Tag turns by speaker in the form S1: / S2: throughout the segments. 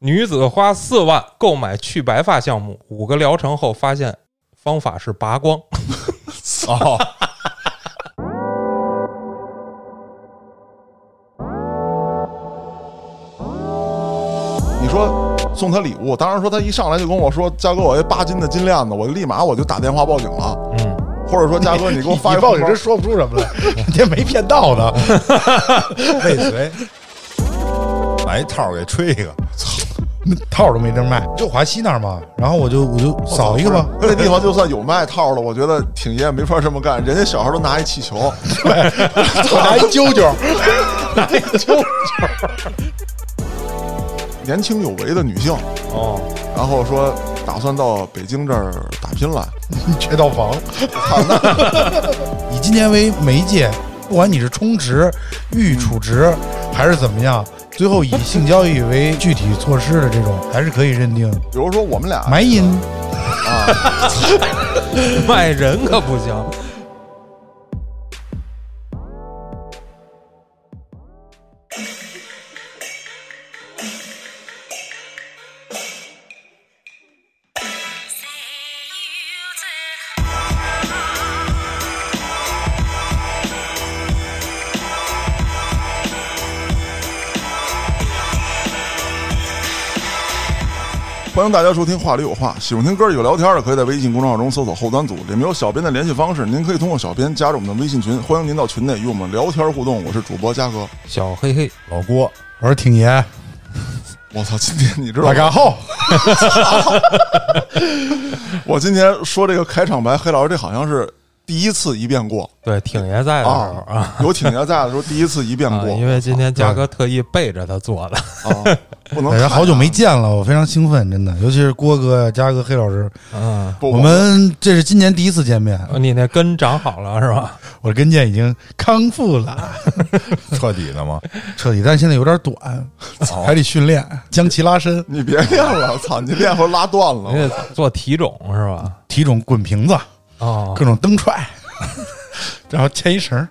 S1: 女子花四万购买去白发项目，五个疗程后发现方法是拔光。
S2: 哦，你说送他礼物，当然说他一上来就跟我说：“佳哥，我这八斤的金链子。”我立马我就打电话报警了，
S1: 嗯，
S2: 或者说佳哥，你给我发一
S3: 你
S2: 个
S3: 报警真说不出什么 来，你这没骗到 呢，未遂，把一哎套给吹一个，操，那套都没地儿卖，就华西那儿嘛，然后我就我就扫一个吧，
S2: 那地方就算有卖套的，我觉得挺爷也没法这么干。人家小孩都拿一气球，
S3: 我拿一揪揪，
S2: 年轻有为的女性，
S1: 哦，
S2: 然后说打算到北京这儿打拼来。
S3: 缺套 房，以今年为媒介，不管你是充值、预储值还是怎么样，最后以性交易为具体措施的这种，还是可以认定
S2: 比如说我们俩
S3: 埋淫。
S1: 卖人可不行。
S2: 欢迎大家收听《话里有话》，喜欢听哥有聊天的，可以在微信公众号中搜索“后端组”，里面有小编的联系方式，您可以通过小编加入我们的微信群，欢迎您到群内与我们聊天互动。我是主播嘉哥，
S1: 小黑黑，
S3: 老郭，我说挺爷，
S2: 我操，今天你知道
S3: 大
S2: 吗？
S3: 家好，
S2: 我今天说这个开场白，黑老师这好像是第一次一遍过
S1: 对，挺爷
S3: 哎
S1: 在的时候啊
S2: 啊，有挺爷在的时候第一次一遍
S1: 啊，
S2: 过
S1: 因为今天嘉哥特意背着他做的。
S2: 啊，不能
S3: 大家哎好久
S2: 看
S3: 没
S4: 啊
S3: 见了，我非常兴奋，真的，尤其是郭哥、嘉哥、黑老师，
S1: 嗯，
S2: 不
S3: 我们这是今年第一次见面，
S1: 你那根长好了是吧？
S3: 我的跟腱已经康复了，
S4: 彻底的吗？哦
S3: 彻底，但现在有点短，还得训练，将其拉伸，
S2: 你别练了，操，你练会儿拉断了
S1: 你。得做体种是吧？
S3: 体种滚瓶子，
S1: 哦，
S3: 各种蹬踹， 然后牵一绳儿，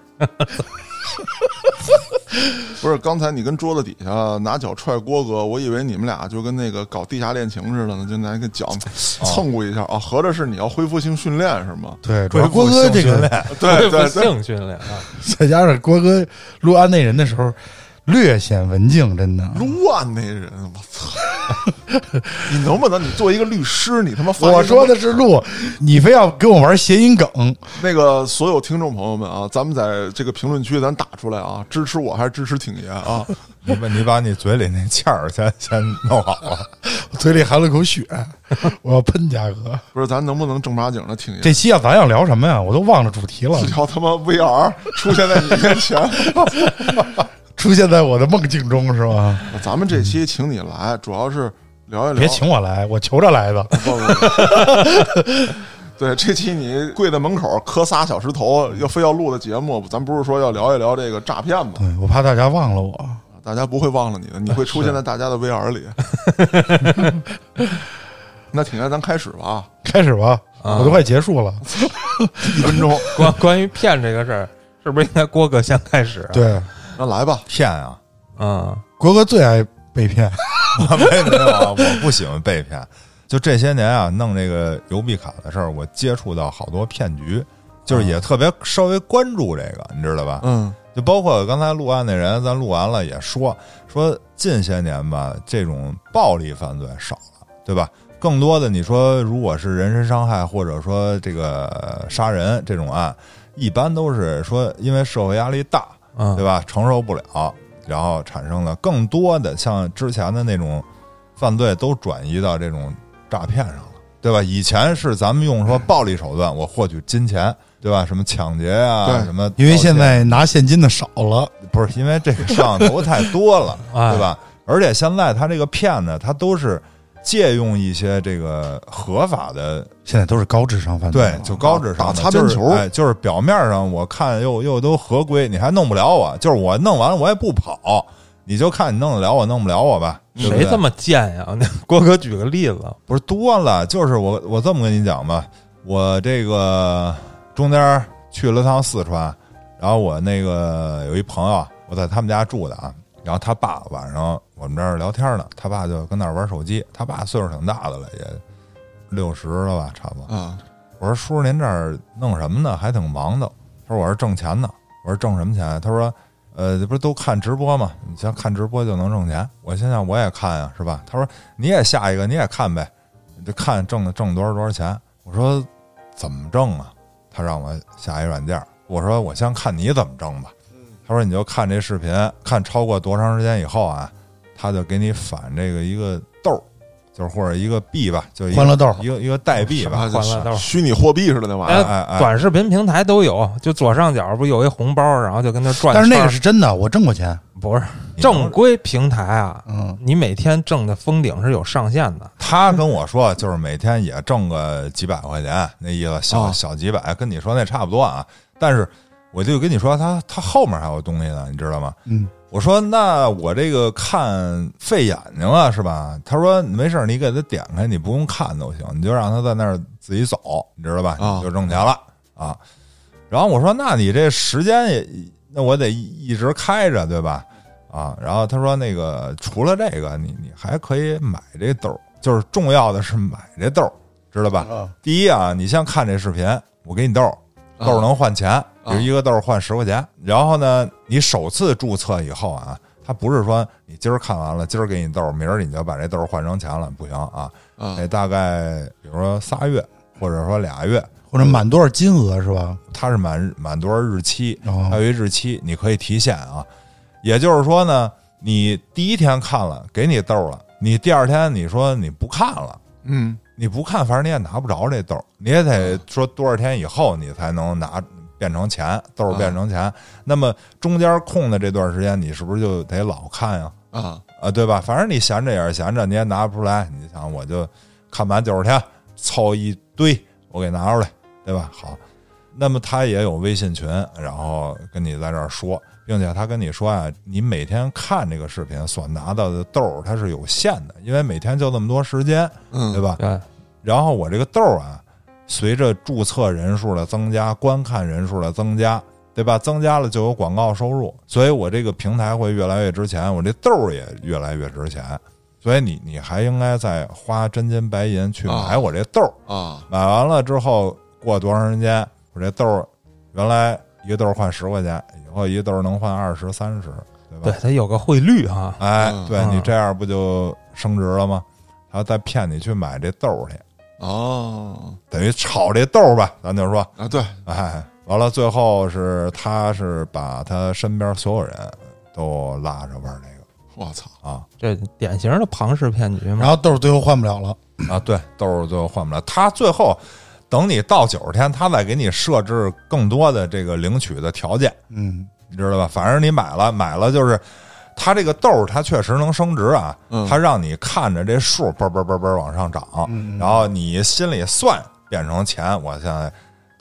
S2: 不是，刚才你跟桌子底下拿脚踹郭哥，我以为你们俩就跟那个搞地下恋情似的呢，就拿一个脚
S3: 哦
S2: 蹭过一下啊，合着是你要恢复性训练是 吗？
S3: 对，主要郭哥这
S4: 恢复性训
S3: 个，
S4: 练
S2: 对对对，
S1: 性训练啊，
S3: 再加上郭哥录安内人的时候。略显文静，真的。
S2: 乱那人，我操！ 你能不能你作为一个律师，你他妈发一个
S3: 我说的是录，你非要跟我玩谐音梗，
S2: 那个所有听众朋友们啊，咱们在这个评论区咱打出来啊，支持我还是支持挺爷 啊？
S4: 你把你把你嘴里那气儿先先弄好了。
S3: 我嘴里含了口血，我要喷嘉哥。
S2: 不是，咱能不能正八经的挺爷？
S3: 这期啊，咱要聊什么呀？我都忘了主题了，
S2: 聊他妈 VR 出现在你面前，
S3: 出现在我的梦境中是吧？
S2: 咱们这期请你来，主要是聊一聊。
S3: 别请我来，我求着来的。
S2: 不不不 对，这期你跪在门口磕仨小石头，要非要录的节目，咱不是说要聊一聊这个诈骗吗？
S3: 对，我怕大家忘了我。
S2: 大家不会忘了你的，你会出现在大家的 VR 里。那挺爷，咱开始吧啊，
S3: 开始吧，我都快结束了。
S2: 一分钟，
S1: 关 关于骗这个事儿，是不是应该郭哥先开始？，啊
S3: 对，
S2: 那来吧。
S4: 骗啊！
S1: 嗯，
S3: 啊国哥最爱被骗，
S4: 我没没有啊，我不喜欢被骗。就这些年啊，弄这个邮币卡的事儿，我接触到好多骗局，就是也特别稍微关注这个，你知道吧？
S2: 嗯，
S4: 就包括刚才录案那人，咱录完了也说说近些年吧，这种暴力犯罪少了，对吧？更多的你说，如果是人身伤害或者说这个呃杀人这种案，一般都是说因为社会压力大，
S1: 嗯，
S4: 对吧？承受不了，然后产生了更多的像之前的那种犯罪都转移到这种诈骗上了，对吧？以前是咱们用说暴力手段，我获取金钱，对吧？什么抢劫呀、
S2: 对
S4: 什么盗窃
S3: 因
S4: 啊，
S3: 为现在拿现金的少了。
S4: 不是因为这个上头太多 了
S1: 哎
S4: 对吧？而且现在他这个骗呢，他都是借用一些这个合法的，
S3: 现在都是高智商犯罪啊
S4: 对
S3: 了，
S4: 就高智商的
S2: 打擦边球
S4: 就是哎，就是表面上我看又又都合规，你还弄不了我，就是我弄完了我也不跑，你就看你弄得了我弄不了我吧，对不对
S1: 谁这么贱呀？ 那郭哥举个例子，啊
S4: 不是多了，就是我我这么跟你讲吧，我这个中间去了趟四川，然后我那个有一朋友，我在他们家住的啊，然然后他爸晚上我们这儿聊天呢，他爸就跟那儿玩手机。他爸岁数挺大的了，也六十了吧，差不多。
S2: 啊，
S4: 我说叔叔您这儿弄什么呢？还挺忙的。他说我是挣钱呢。我说挣什么钱？他说呃，这不是都看直播吗？你像看直播就能挣钱。我心想我也看啊呀、是吧？他说你也下一个，你也看呗，你就看挣挣多少多少钱。我说怎么挣啊？他让我下一软件儿。我说我先看你怎么挣吧。他说你就看这视频，看超过多长时间以后啊，他就给你返这个一个豆儿，就是或者一个币吧，就一
S3: 欢乐
S4: 个
S3: 豆儿
S4: 一个一个代币吧。
S1: 换了豆儿
S2: 啊虚拟货币似的那玩意
S1: 哎
S2: 儿，
S4: 哎哎
S1: 短视频平台都有，就左上角不有一红包，然后就跟那转圈儿。
S3: 但是那个是真的，我挣过钱。
S1: 不是
S4: 你能
S1: 正规平台啊？
S3: 嗯，
S1: 你每天挣的封顶是有上限的，
S4: 他跟我说，就是每天也挣个几百块钱，那意思小、
S2: 哦
S4: 小几百，跟你说那差不多啊。但是我就跟你说，他他后面还有东西呢，你知道吗？
S3: 嗯，
S4: 我说那我这个看费眼睛啊，是吧？他说没事儿，你给他点开，你不用看都行，你就让他在那儿自己走，你知道吧？
S2: 哦
S4: 你就挣钱了啊。然后我说，那你这时间也，那我得一直开着，对吧？啊，然后他说那个除了这个，你你还可以买这豆儿，就是重要的是买这豆儿，知道吧？
S3: 嗯
S4: 第一啊，你先看这视频，我给你豆儿，豆儿能换钱，比如一个豆儿换十块钱。然后呢，你首次注册以后啊，它不是说你今儿看完了，今儿给你豆儿，明儿你就把这豆儿换成钱了，不行啊，
S2: 啊
S4: 得大概比如说仨月或者说俩月，
S3: 或者满多少金额是吧？
S4: 它是满满多少日期，
S3: 哦
S4: 还有一日期，你可以提现啊。也就是说呢，你第一天看了，给你豆儿了，你第二天你说你不看了，
S2: 嗯，
S4: 你不看，反正你也拿不着这豆儿，你也得说多少天以后你才能拿变成钱，豆儿变成钱。那么中间空的这段时间，你是不是就得老看呀、
S2: 啊，
S4: 啊？对吧？反正你闲着也是闲着，你也拿不出来。你想，我就看满九十天，凑一堆，我给拿出来，对吧？好，那么他也有微信群，然后跟你在这儿说，并且他跟你说啊，你每天看这个视频所拿到的豆儿它是有限的，因为每天就那么多时间，
S2: 嗯
S4: 对吧？
S1: 对，
S4: 然后我这个豆儿啊，随着注册人数的增加、观看人数的增加，对吧？增加了就有广告收入，所以我这个平台会越来越值钱，我这豆儿也越来越值钱。所以你你还应该再花真金白银去买
S2: 啊
S4: 我这豆儿，
S2: 啊，
S4: 买完了之后过多长时间，我这豆儿原来一个豆儿换十块钱，以后一个豆儿能换二十、三十，对吧？
S1: 对，它有个汇率哈。
S4: 哎，
S2: 嗯
S4: 对你
S1: 嗯
S4: 这样不就升值了吗？他再骗你去买这豆儿去，
S2: 哦，
S4: 等于炒这豆儿吧，咱就说，
S2: 啊，对，
S4: 哎，完了，最后是他是把他身边所有人都拉着玩这
S2: 我操，
S4: 个啊
S1: 这典型的庞氏骗局
S3: 然
S1: 嘛。
S3: 后豆儿最后换不了了，
S4: 啊，对，豆儿最后换不了，他最后等你到九十天，他再给你设置更多的这个领取的条件，
S3: 嗯，
S4: 你知道吧？反正你买了，买了就是。他这个豆儿，它确实能升值啊！
S2: 嗯
S4: 它让你看着这数嘣嘣嘣嘣往上涨，然后你心里算变成钱，我现在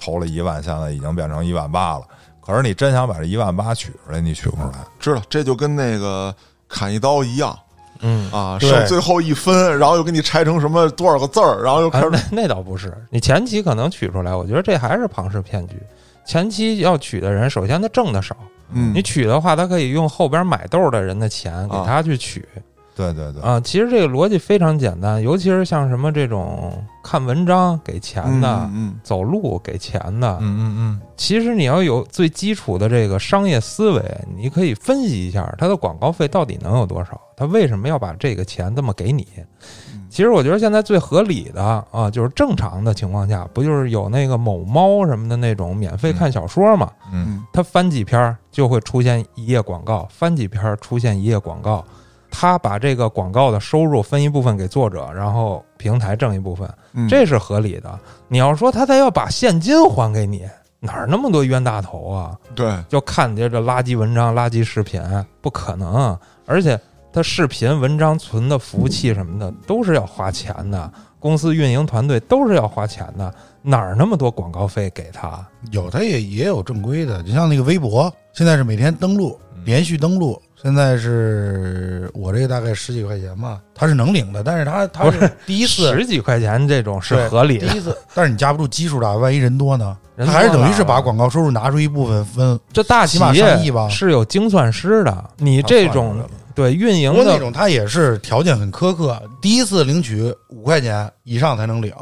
S4: 投了一万，现在已经变成一万八了。可是你真想把这一万八取出来，你取不出来。
S2: 知道，这就跟那个砍一刀一样
S1: 嗯，
S2: 啊，
S3: 对
S2: 剩最后一分，然后又给你拆成什么多少个字儿，然后又
S1: 啊
S2: 开始
S1: 那那倒不是，你前期可能取出来，我觉得这还是庞氏骗局。前期要取的人，首先他挣的少，
S2: 嗯
S1: 你取的话，他可以用后边买豆的人的钱给
S2: 啊
S1: 他去取
S4: 对对对，
S1: 啊。其实这个逻辑非常简单，尤其是像什么这种看文章给钱的
S2: 嗯。嗯
S1: 走路给钱的，
S4: 嗯嗯
S1: 其实你要有最基础的这个商业思维，你可以分析一下它的广告费到底能有多少，它为什么要把这个钱这么给你
S2: 嗯？
S1: 其实我觉得现在最合理的啊，就是正常的情况下，不就是有那个某猫什么的那种免费看小说嘛？
S4: 嗯嗯，
S2: 嗯
S1: 它翻几篇儿就会出现一页广告，翻几篇儿出现一页广告。他把这个广告的收入分一部分给作者，然后平台挣一部分，
S2: 嗯，
S1: 这是合理的。你要说他再要把现金还给你，哪儿那么多冤大头啊？
S2: 对，
S1: 就看你这个垃圾文章、垃圾视频，不可能。而且他视频、文章存的服务器什么的都是要花钱的，公司运营团队都是要花钱的，哪儿那么多广告费给他？嗯
S3: 有它也也有正规的，就像那个微博，现在是每天登录，连续登录现在是我这个大概十几块钱吧，他是能领的，但是他他
S1: 不是
S3: 是第一次，
S1: 十几块钱这种是
S3: 对
S1: 合理
S3: 第
S1: 的，
S3: 一次，但是你架不住基数大，万一人多呢？
S1: 人
S3: 他还是
S1: 多了
S3: 等于是把广告收入拿出一部分分。
S1: 这大企
S3: 起码上亿
S1: 业
S3: 吧
S1: 是有精算师的，你这种对运营
S3: 不过那
S1: 的
S3: 种他也是条件很苛刻，第一次领取五块钱以上才能领，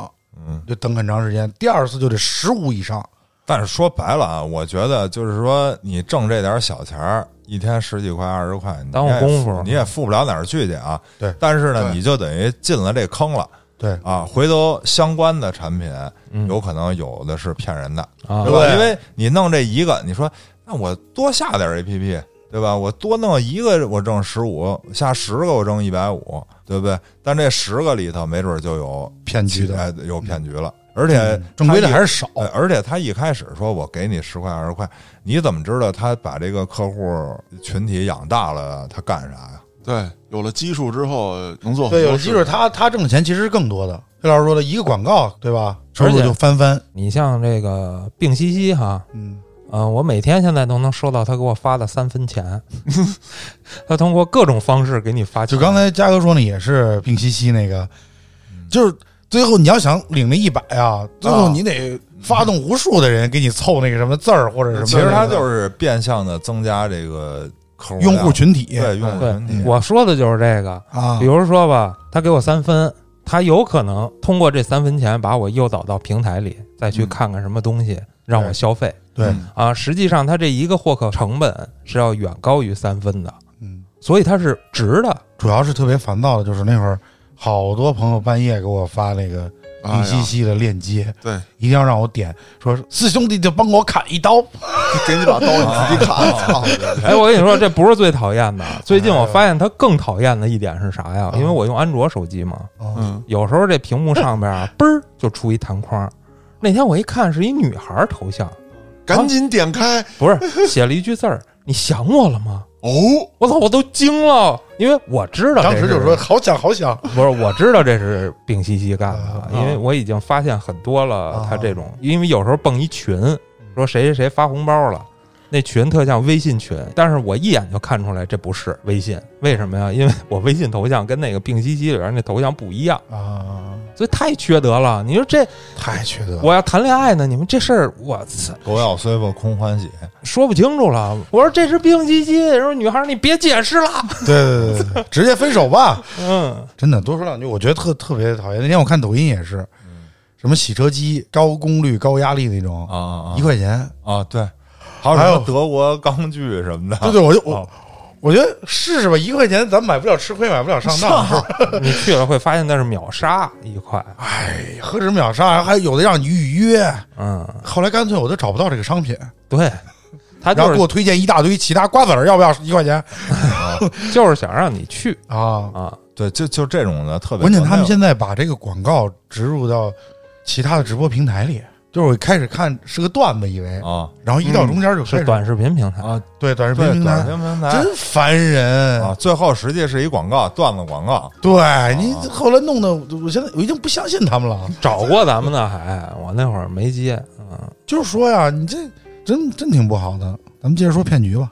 S4: 嗯，
S3: 就等很长时间；第二次就得十五以上。
S4: 但是说白了啊，我觉得就是说，你挣这点小钱儿，一天十几块、二十块，你
S1: 耽误
S4: 也
S1: 功夫
S4: 付你也付不了哪儿去去啊。
S3: 对
S4: 但是呢，
S3: 对
S4: 你就等于进了这坑了
S3: 对，
S4: 啊。回头相关的产品，
S1: 嗯
S4: 有可能有的是骗人的，
S1: 啊
S4: 对，吧？
S3: 对
S4: 因为你弄这一个，你说那我多下点 A P P，对吧？我多弄一个，我挣十五，下十个我挣一百五，对不对？但这十个里头，没准就有
S3: 骗局的嗯
S4: 哎有骗局了，而且
S3: 正规的
S4: 它一
S3: 还是少。
S4: 哎，而且他一开始说我给你十块二十块，你怎么知道他把这个客户群体养大了，他干啥呀？
S2: 对，有了基数之后能
S4: 哦
S2: 做很
S3: 对，
S2: 多
S3: 有
S2: 事
S3: 基础，他他挣的钱其实是更多的。黑老师说的一个广告，对吧？收入
S1: 而且
S3: 就翻番。
S1: 你像这个病西西哈，
S3: 嗯，
S1: 嗯，我每天现在都能收到他给我发的三分钱， 他通过各种方式给你发钱。
S3: 就刚才嘉哥说呢，也是病兮兮那个，
S4: 嗯
S3: 就是最后你要想领那一百啊，最后你得发动无数的人给你凑那个什么字儿或者什么。
S4: 其实他就是变相的增加这个客户量
S3: 用户群体
S4: 对用户群体
S1: 对，。我说的就是这个。
S3: 啊
S1: 比，如说吧，他给我三分，他有可能通过这三分钱把我诱导到平台里，再去看看什么东西让我消费
S3: 嗯对，
S4: 嗯
S1: 啊。实际上，他这一个获客成本是要远高于三分的，
S3: 嗯，
S1: 所以它是值的。
S3: 主要是特别烦躁的，就是那会儿好多朋友半夜给我发那个
S2: 哎
S3: 病
S2: 呀
S3: 兮兮的链接，
S2: 对，
S3: 一定要让我点，说四兄弟就帮我砍一刀。
S2: 给你把刀
S4: 啊
S2: 你自己砍，操！
S1: 哎，我跟你说，这不是最讨厌的。
S3: 哎
S1: 最近我发现它更讨厌的一点是啥
S3: 啊
S1: 呀？因为我用安卓手机嘛，
S2: 嗯，
S1: 有时候这屏幕上边 啊，嘣儿就出一弹框。那天我一看是一女孩儿头像，
S2: 赶紧点开
S1: 不 是写了一句字儿：“你想我了吗？”
S2: 哦，
S1: 我操，我都惊了，因为我知道这
S3: 当时就是说好想好想，
S1: 不是，我知道这是丙西西干的
S3: 啊，
S1: 因为我已经发现很多了
S3: 啊。嗯
S1: 他这种，因为有时候蹦一群，说谁谁谁发红包了，那群特像微信群，但是我一眼就看出来这不是微信，为什么呀？因为我微信头像跟那个丙西西里边那头像不一样，
S3: 啊，
S1: 所以太缺德了。你说这
S3: 太缺德了。
S1: 我要谈恋爱呢，你们这事儿我操
S4: 狗咬碎步空欢喜，
S1: 说不清楚了。我说这是丙西西，说女孩儿你别解释了，
S3: 对对对对，直接分手吧。
S1: 嗯，
S3: 真的，多说两句，我觉得特特别讨厌。那天我看抖音也是，什么洗车机、高功率、高压力那种，
S4: 啊啊
S3: 一块钱。
S4: 啊！对，还有什
S3: 还有
S4: 么德国钢锯什么的，
S3: 对对，我就我
S4: 啊
S3: 我觉得试试吧，一块钱咱买不了吃亏，买不了上当。是吧
S1: 你去了会发现那是秒杀一块，
S3: 哎，何止秒杀，还有的让你预约。
S1: 嗯。
S3: 后来干脆我都找不到这个商品，
S1: 对，他
S3: 然后
S1: 就
S3: 给
S1: 是
S3: 我推荐一大堆其他瓜子儿，要不要一块钱
S1: 就是想让你去
S3: 啊？
S1: 啊，
S4: 对，就就这种的特别。
S3: 关键他们现在把这个广告植入到其他的直播平台里，就是我一开始看是个段子，以为，
S4: 啊
S3: 然后一到中间就开
S1: 是
S3: 始
S1: 短视频平台。
S4: 啊，
S3: 对短视频
S4: 对
S3: 平
S4: 短
S3: 台
S4: 视，频平台
S3: 真烦人。
S4: 啊，最后实际是一广告段子广告，
S3: 对啊你后来弄得，我现在我已经不相信他们了。
S1: 找过咱们呢，还我那会儿没接，嗯，
S3: 就是说呀，你这真真挺不好的。咱们接着说骗局吧。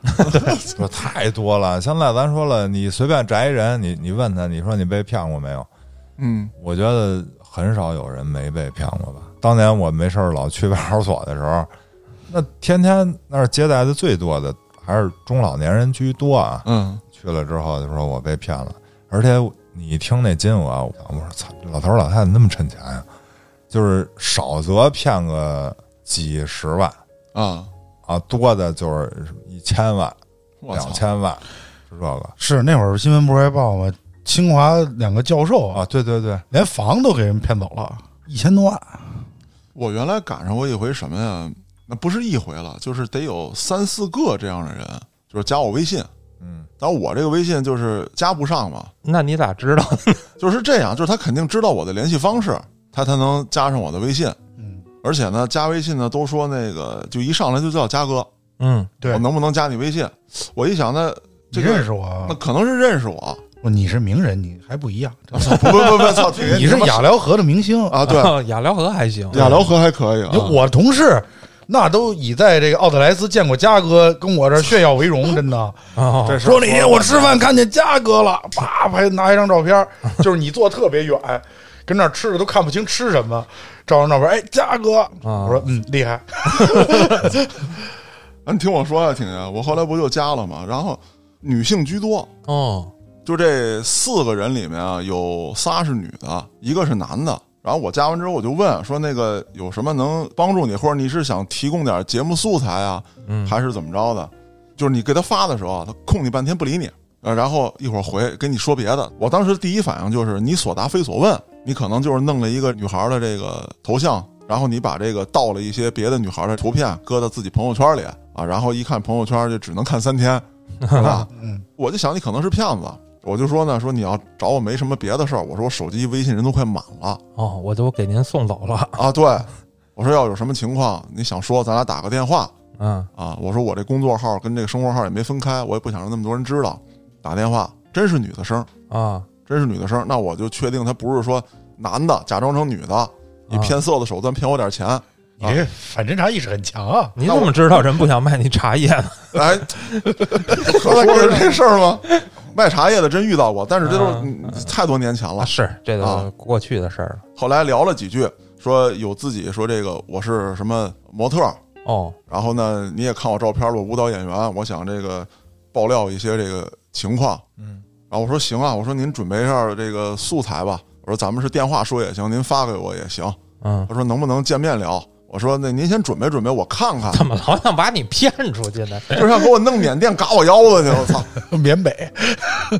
S4: 说太多了。现在咱说了，你随便宅一人，你你问他，你说你被骗过没有？
S2: 嗯，
S4: 我觉得很少有人没被骗过吧。当年我没事儿老去派出所的时候，那天天那儿接待的最多的还是中老年人居多啊。
S2: 嗯，
S4: 去了之后就说我被骗了，而且你一听那金额啊，我说操，这老头儿老太太那么趁钱呀、就是少则骗个几十万
S2: 啊，
S4: 啊，多的就是一千万、
S2: 我
S4: 两
S2: 操，
S4: 千万，就这个
S3: 是那会儿新闻不是还报吗？清华两个教授
S4: 啊，，对对对，
S3: 连房都给人骗走了，一千多万。
S2: 我原来赶上过一回什么呀？那不是一回了，就是得有三四个这样的人，就是加我微信，
S4: 嗯，
S2: 但我这个微信就是加不上嘛，
S1: 那你咋知道？
S2: 就是这样，就是他肯定知道我的联系方式，他才能加上我的微信。
S3: 嗯，
S2: 而且呢，加微信呢都说那个就一上来就叫嘉哥，
S1: 嗯，
S3: 对
S2: 我，能不能加你微信？我一想呢，
S3: 你
S2: 这
S3: 认
S2: 个
S3: 识我
S2: 那
S3: 啊？
S2: 可能是认识我，
S3: 不你是名人，哦你还不一 样。
S2: 啊操不不不不，操，
S3: 你是雅辽河的明星，
S2: 啊？对，
S1: 雅辽河还行，
S2: 雅辽河还可以啊，
S3: 我同事那都以在这个奥特莱斯见过嘉哥，跟我这儿炫耀为 荣，真的。
S1: 啊，
S4: 这事儿
S3: 说那天我吃饭看见嘉哥了，啪拍拿一张照片，就是你坐特别远，跟那儿吃的都看不清吃什么，照张照片，哎，嘉哥，我说嗯厉害，
S2: 啊你听我说呀、啊，听见？我后来不就加了吗？然后女性居多，
S1: 哦，
S2: 就这四个人里面啊，有仨是女的，一个是男的。然后我加完之后，我就问说那个有什么能帮助你，或者你是想提供点节目素材啊，
S1: 嗯
S2: 还是怎么着的？就是你给他发的时候啊，他空你半天不理你，呃，然后一会儿回跟你说别的。我当时第一反应就是你所答非所问，你可能就是弄了一个女孩的这个头像，然后你把这个盗了一些别的女孩的图片，搁到自己朋友圈里啊，然后一看朋友圈就只能看三天，是吧？
S3: 嗯，
S2: 我就想你可能是骗子，我就说呢，说你要找我没什么别的事儿，我说我手机微信人都快满了
S1: 哦，我都给您送走了，
S2: 啊，对，我说要有什么情况你想说，咱俩打个电话
S1: 嗯，
S2: 啊，我说我这工作号跟这个生活号也没分开，我也不想让那么多人知道，打电话真是女的声儿，
S1: 啊，
S2: 真是女的声儿，那我就确定她不是说男的假装成女的，
S1: 啊
S2: 以骗色的手段骗我点钱，
S3: 你这反侦查意识很强啊。
S1: 你怎么知道人不想卖你茶叶呢？
S2: 哎，可说是这事儿吗？卖茶叶的真遇到过，但是这都是
S1: 啊
S2: 嗯太多年前了
S1: 啊，。是，这都
S2: 啊
S1: 是过去的事儿了，
S2: 后来聊了几句，说有自己说这个我是什么模特儿，
S1: 哦，
S2: 然后呢你也看我照片了，我舞蹈演员，我想这个爆料一些这个情况，嗯，然后我说行啊，我说您准备一下这个素材吧，我说咱们是电话说也行，您发给我也行，
S1: 嗯，
S2: 他说能不能见面聊？我说那您先准备准备，我看看，
S1: 怎么老想把你骗出去呢？
S2: 就像给我弄缅甸嘎我腰子去，我操！
S3: 缅北，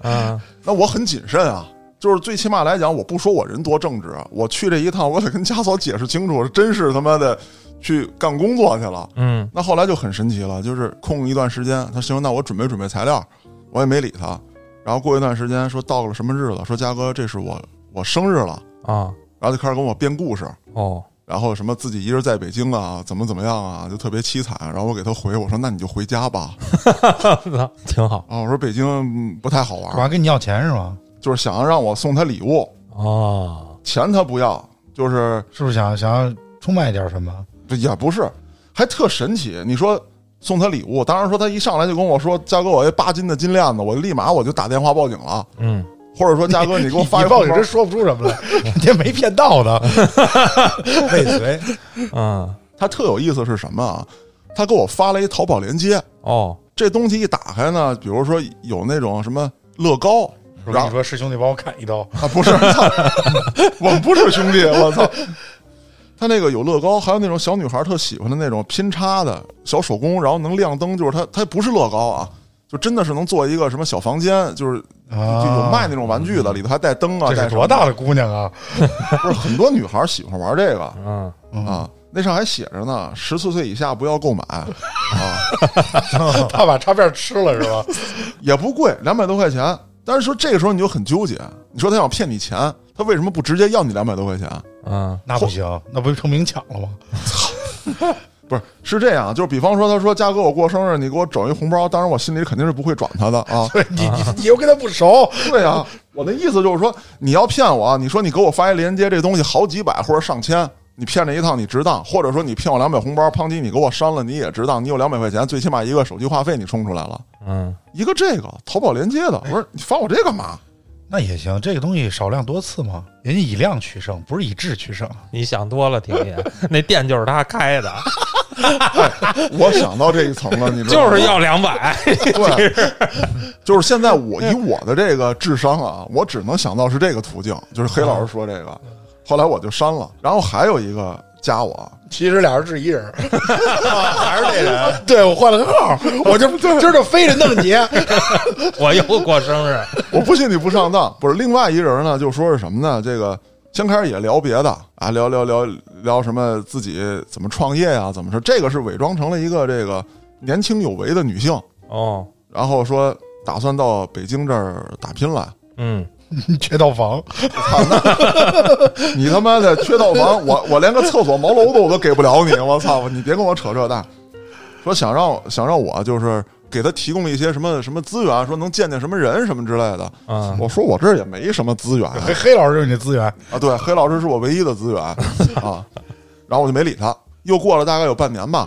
S1: 嗯，
S2: 那我很谨慎啊，就是最起码来讲，我不说我人多正直，我去这一趟，我得跟家嫂解释清楚，真是他妈的去干工作去了。
S1: 嗯，
S2: 那后来就很神奇了，就是空一段时间，他行，那我准备准备材料，我也没理他。然后过一段时间说到了什么日子，说嘉哥，这是我我生日了，
S1: 啊，
S2: 然后就开始跟我编故事，
S1: 哦，
S2: 然后什么自己一人在北京啊，怎么怎么样啊，就特别凄惨。然后我给他回我说，那你就回家吧。
S1: 挺好，
S2: 啊，我说北京嗯不太好玩
S3: 我还
S2: 儿，
S3: 跟你要钱是吗？
S2: 就是想要让我送他礼物，
S1: 哦，
S2: 钱他不要，就是
S3: 是不是想想要出卖点什么？
S2: 这也不是，还特神奇。你说送他礼物，当然说他一上来就跟我说：“嘉哥，我一八斤的金链子。”我立马我就打电话报警了，
S1: 嗯，
S2: 或者说嘉哥，你给我发一
S3: 你报
S2: 红
S3: 警
S2: 包
S3: 真。说不出什么来，你也没骗到的。
S4: 未 遂，
S1: 嗯，
S2: 他特有意思是什么啊？他给我发了一淘宝链接，
S1: 哦，
S2: 这东西一打开呢，比如说有那种什么乐高，
S3: 我
S2: 然
S3: 跟
S2: 后
S3: 你说，师兄得帮我砍一刀。
S2: 啊，不是，操我们不是兄弟，我操！他那个有乐高，还有那种小女孩特喜欢的那种拼插的小手工，然后能亮灯，就是它它不是乐高啊，就真的是能做一个什么小房间，就是
S3: 啊
S2: 就有卖那种玩具的，里头还带灯啊，
S3: 这
S2: 带
S3: 是
S2: 什么
S3: 多大的姑娘啊！
S2: 的？不是很多女孩喜欢玩这个
S1: 嗯，
S2: 啊。那上还写着呢，十四岁以下不要购买啊，
S3: 他把插片吃了是吧？
S2: 也不贵，两百多块钱。但是说这个时候你就很纠结，你说他想骗你钱，他为什么不直接要你两百多块钱？
S1: 嗯，
S3: 那不行，那不就成明抢了吗？。
S2: 不是，是这样，就是比方说，他说佳哥，我过生日，你给我整一红包，当然我心里肯定是不会转他的啊
S3: 对你你你又跟他不熟，
S1: 啊
S2: 对呀、我的意思就是说，你要骗我，啊你说你给我发一链接，这东西好几百或者上千，你骗这一趟你值当，或者说你骗我两百红包，胖鸡你给我删了你也值当，你有两百块钱，最起码一个手机话费你充出来了，
S1: 嗯，
S2: 一个这个淘宝链接的，我说你发我这干嘛？
S3: 那也行。这个东西少量多次嘛，人家以量取胜，不是以质取胜。
S1: 你想多了，挺爷，那店就是他开的，
S2: 我想到这一层了，你知道
S1: 就
S2: 吗
S1: 是要两百，
S2: 对，就是现在我以我的这个智商啊，我只能想到是这个途径，就是黑老师说这个，后来我就删了。然后还有一个加我，
S3: 其实俩人是一 人，
S4: 还是这 人，
S3: 对我换了个号，我 就今儿就非得弄你。
S1: 我又过生日，
S2: 我不信你不上当。不是，另外一人呢，就说是什么呢？这个先开始也聊别的啊，聊聊聊聊什么自己怎么创业啊呀、怎么说？这个是伪装成了一个这个年轻有为的女性，
S1: 哦，
S2: 然后说打算到北京这儿打拼来。
S1: 嗯，
S3: 缺套房，
S2: 你他妈的缺道房，我我连个厕所毛楼子我都给不了你，我操！你别跟我扯这蛋，说想让想让我就是给他提供一些什么什么资源，说能见见什么人什么之类的。
S1: 嗯，
S2: 我说我这儿也没什么资源
S3: 黑黑老师有你的资源，
S2: 啊，对，黑老师是我唯一的资源啊，然后我就没理他。又过了大概有半年吧，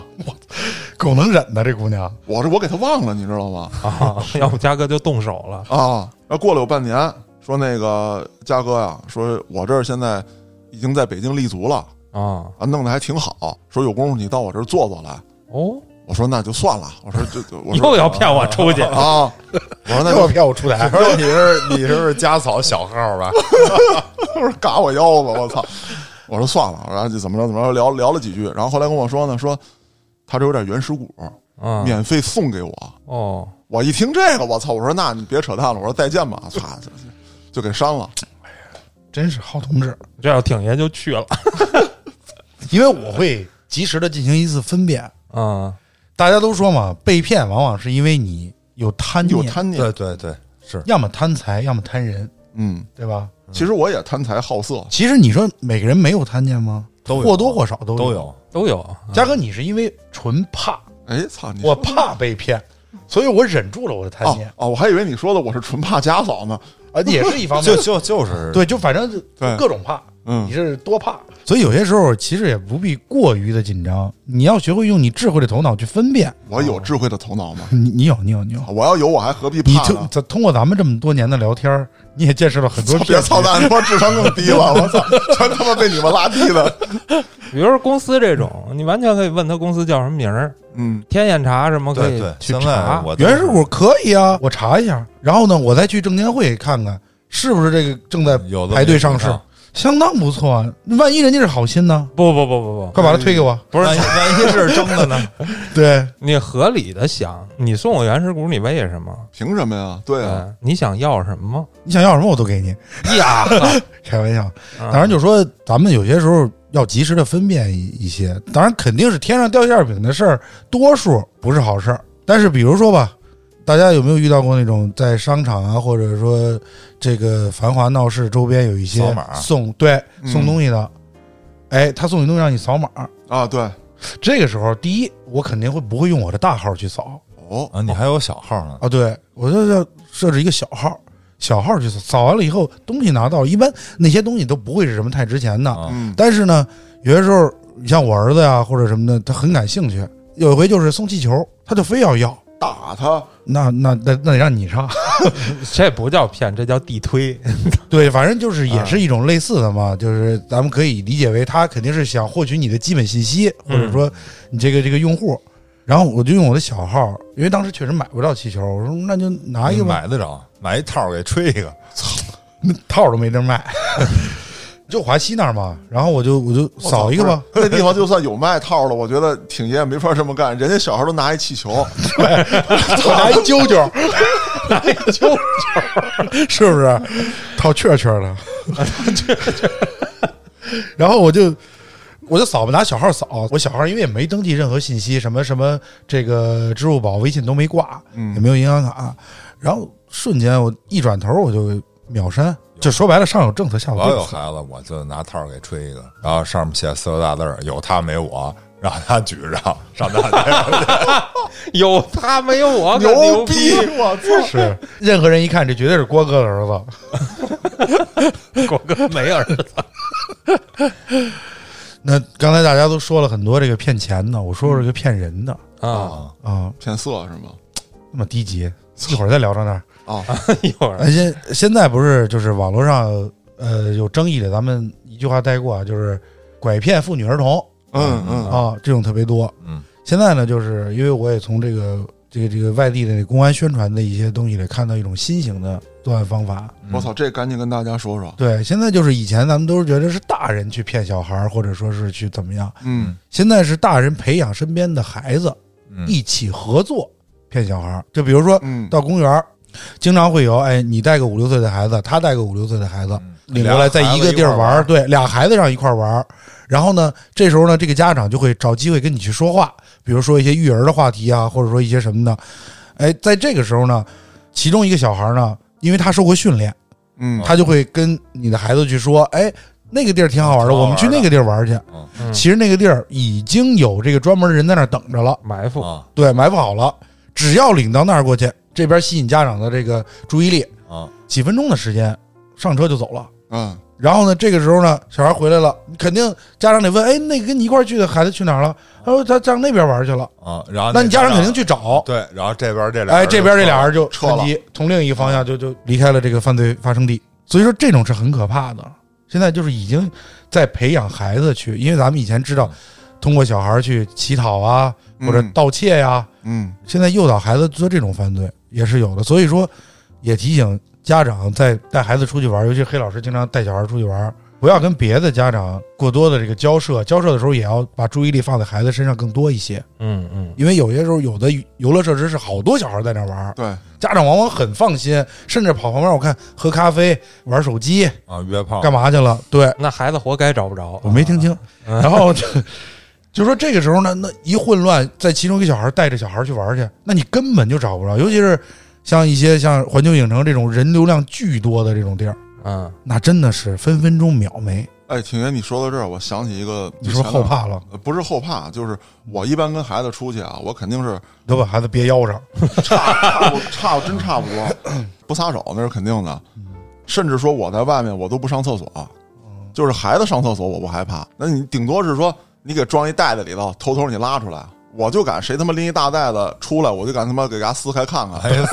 S3: 够能忍的这姑娘，
S2: 我这我给他忘了，你知道吗？
S1: 啊，要不嘉哥就动手了。
S2: 啊，然后过了有半年，说那个嘉哥呀、说我这儿现在已经在北京立足了
S1: 啊，
S2: 啊，弄得还挺好，说有功夫你到我这儿坐坐来。
S1: 哦，
S2: 我说那就算了，我说这这我说
S1: 又要骗我出去，
S2: 啊，我说那
S3: 又
S2: 就
S3: 要骗我出台。
S4: 我说你是你是不是家嫂小号吧？
S2: 我说嘎我腰子，我操！我说算了，然后就怎么着怎么着聊聊了几句，然后后来跟我说呢，说他这有点原始股，
S3: 啊
S1: 嗯，
S2: 免费送给我。
S1: 哦，
S2: 我一听这个，我操！我说那你别扯淡了，我说再见吧，操，就就给删了。
S3: 真是好同志，
S1: 这要挺爷就去了。
S3: 因为我会及时的进行一次分辨。
S1: 嗯，
S3: 大家都说嘛，被骗往往是因为你有贪念，
S2: 有贪念，
S4: 对对对，是
S3: 要么贪财，要么贪人，
S2: 嗯，
S3: 对吧？
S2: 其实我也贪财好色，
S3: 其实你说每个人没有贪念吗？
S4: 都有
S3: 或多或少都
S4: 都。有。
S1: 都有。
S3: 嘉哥，你是因为纯怕，
S2: 哎，操你！
S3: 我怕被骗，所以我忍住了我的贪
S2: 哦
S3: 念
S2: 哦，我还以为你说的我是纯怕家嫂呢。
S3: 啊，也是一方面
S4: 就。就就是
S3: 对，就反正就
S2: 对
S3: 各种怕，
S2: 嗯
S3: 你是多怕。所以有些时候其实也不必过于的紧张，你要学会用你智慧的头脑去分辨。
S2: 我有智慧的头脑吗？
S3: 你你有你有你有，
S2: 我要有，我还何必
S3: 哦你
S2: 怕
S3: 就
S2: 呢？
S3: 咱通过咱们这么多年的聊天儿，你也见识了很多
S2: 别
S3: 骗局
S2: 操蛋，他妈智商更低了！我操，全他妈被你们拉低的。
S1: 比如说公司这种，你完全可以问他公司叫什么名儿，
S2: 嗯，
S1: 天眼查什么可
S4: 对
S1: 以
S4: 对，
S1: 去
S4: 现在
S1: 查。
S4: 我都
S3: 原始股可以啊，我查一下，然后呢，我再去证监会看看是不是这个正在
S4: 有的
S3: 排队上市
S4: 没有，
S3: 相当不错啊。万一人家是好心呢，
S1: 不不不不不，
S3: 快把它推给我。
S1: 不
S4: 万一
S1: 是
S4: 万一是真的呢？
S3: 对，
S1: 你合理的想，你送我原始股，你为什么？
S2: 凭什么呀？对啊，
S1: 对，你想要什么？
S3: 你想要什么我都给你。
S1: 呀，
S3: 开玩笑，
S1: 当
S3: 当然就说咱们有些时候要及时的分辨一一些，当然肯定是天上掉馅儿饼的事儿，多数不是好事儿。但是比如说吧，大家有没有遇到过那种在商场啊，或者说这个繁华闹市周边有一些
S4: 扫码
S3: 送对
S2: 嗯
S3: 送东西的，哎，他送你东西让你扫码，
S2: 啊，对，
S3: 这个时候第一我肯定会不会用我的大号去扫
S2: 哦，
S4: 啊，你还有小号呢？
S3: 啊？对我就要设置一个小号。小号去扫，扫完了以后，东西拿到，一般那些东西都不会是什么太值钱的，
S4: 啊，
S2: 嗯，
S3: 但是呢，有些时候，你像我儿子呀或者什么的，他很感兴趣。有一回就是送气球，他就非要要，
S2: 打他，
S3: 那那那那得让你上。
S1: 这不叫骗，这叫地推。
S3: 对，反正就是也是一种类似的嘛，就是咱们可以理解为他肯定是想获取你的基本信息，或者说你这个这个用户。然后我就用我的小号，因为当时确实买不到气球，哎我说那就拿一
S4: 你
S3: 个吧，
S4: 买得着，买一套给吹一个。
S3: 那套都没地儿卖， 就华西那儿嘛。然后我就我就
S2: 我操
S3: 扫一个吧，，
S2: 不是那地方就算有卖套的，我觉得挺爷也没法这么干。人家小孩都拿一气 球，
S3: 我拿一啾啾，拿一啾啾， 是不是？套雀雀的， 然后我就我就扫吧，拿小号扫，我小号因为也没登记任何信息，什么什么这个支付宝、微信都没挂，
S2: 嗯
S3: 也没有银行卡，然后瞬间我一转头我就秒删，就说白了，上有政策，下有
S4: 我要
S3: 对
S4: 有
S3: 策。
S4: 孩子，我就拿套给吹一个，然后上面写四个大字儿：有他没我，让他举着，上大街。
S1: 有他没有我可
S2: 哎牛
S1: 逼
S2: 逼！我操！
S3: 是，任何人一看，这绝对是郭哥的儿子。
S1: 狗哥没儿子。
S3: 那刚才大家都说了很多这个骗钱的，我说说这个骗人的
S1: 啊，
S4: 哦
S3: 啊，
S2: 骗色是吗？
S3: 那么低级，一会儿再聊到那儿。
S2: 啊，
S1: 一会儿
S3: 哎，现现在不是就是网络上呃有争议的，咱们一句话带过啊，就是拐骗妇女儿童
S2: 嗯嗯
S3: 啊，这种特别多。
S4: 嗯，
S3: 现在呢，就是因为我也从这个这个这个外地的公安宣传的一些东西里看到一种新型的作案方法。
S2: 我操，这赶紧跟大家说说。
S3: 对，现在就是以前咱们都是觉得是大人去骗小孩儿，或者说是去怎么样，
S2: 嗯
S3: 现在是大人培养身边的孩子
S4: 嗯，
S3: 一起合作骗小孩儿。就比如说
S2: 嗯，
S3: 到公园儿，经常会有，哎，你带个五六岁的孩子，他带个五六岁的孩子，领过来在一个地儿玩儿，对，嗯俩孩子让一块儿玩儿。然后呢，这时候呢，这个家长就会找机会跟你去说话，比如说一些育儿的话题啊，或者说一些什么的。哎，在这个时候呢，其中一个小孩呢，因为他受过训练，
S2: 嗯，
S3: 他就会跟你的孩子去说，哎，那个地儿挺好玩的，
S4: 挺好玩的
S3: 我们去那个地儿玩去。
S1: 嗯
S3: 其实那个地儿已经有这个专门人在那儿等着了，
S1: 埋伏
S4: 啊
S3: 对，埋伏好了，只要领到那儿过去，这边吸引家长的这个注意力，
S4: 啊
S3: 几分钟的时间，上车就走了。
S2: 嗯，
S3: 然后呢，这个时候呢，小孩回来了，肯定家长得问，哎，那个跟你一块儿去的孩子去哪儿了？他说他上那边玩去了。
S4: 啊，然后
S3: 那你家长肯定去找。
S4: 对，然后这边这俩人
S3: 哎，这边这俩人就
S2: 撤了
S3: 趁机从另一个方向就就离开了这个犯罪发生地。所以说这种是很可怕的。现在就是已经在培养孩子去，因为咱们以前知道通过小孩去乞讨啊，或者
S2: 嗯
S3: 盗窃呀、
S2: 嗯，
S3: 现在诱导孩子做这种犯罪也是有的，所以说也提醒家长在带孩子出去玩，尤其是黑老师经常带小孩出去玩，不要跟别的家长过多的这个交涉，交涉的时候也要把注意力放在孩子身上更多一些，
S1: 嗯嗯，
S3: 因为有些时候有的游乐设施是好多小孩在那玩，
S2: 对，
S3: 家长往往很放心，甚至跑旁边我看喝咖啡、玩手机
S4: 啊约炮
S3: 干嘛去了，对
S1: 那孩子活该找不着。
S3: 我没听清，然后就。 就说这个时候呢，那一混乱，在其中一个小孩带着小孩去玩去，那你根本就找不着。尤其是像一些像环球影城这种人流量巨多的这种地儿，
S1: 嗯，
S3: 那真的是分分钟秒没。
S2: 哎，挺爷，你说到这儿，我想起一个，
S3: 你说后？怕了，
S2: 呃不是后怕，就是我一般跟孩子出去啊，我肯定是
S3: 都把孩子憋腰上。
S2: 差差不差真差不多， 不撒手那是肯定的。甚至说我在外面我都不上厕所，就是孩子上厕所我不害怕，那你顶多是说你给装一袋子里头，偷偷你拉出来，我就敢谁他妈拎一大袋子出来，我就敢他妈给他撕开看看。
S4: 哎呀，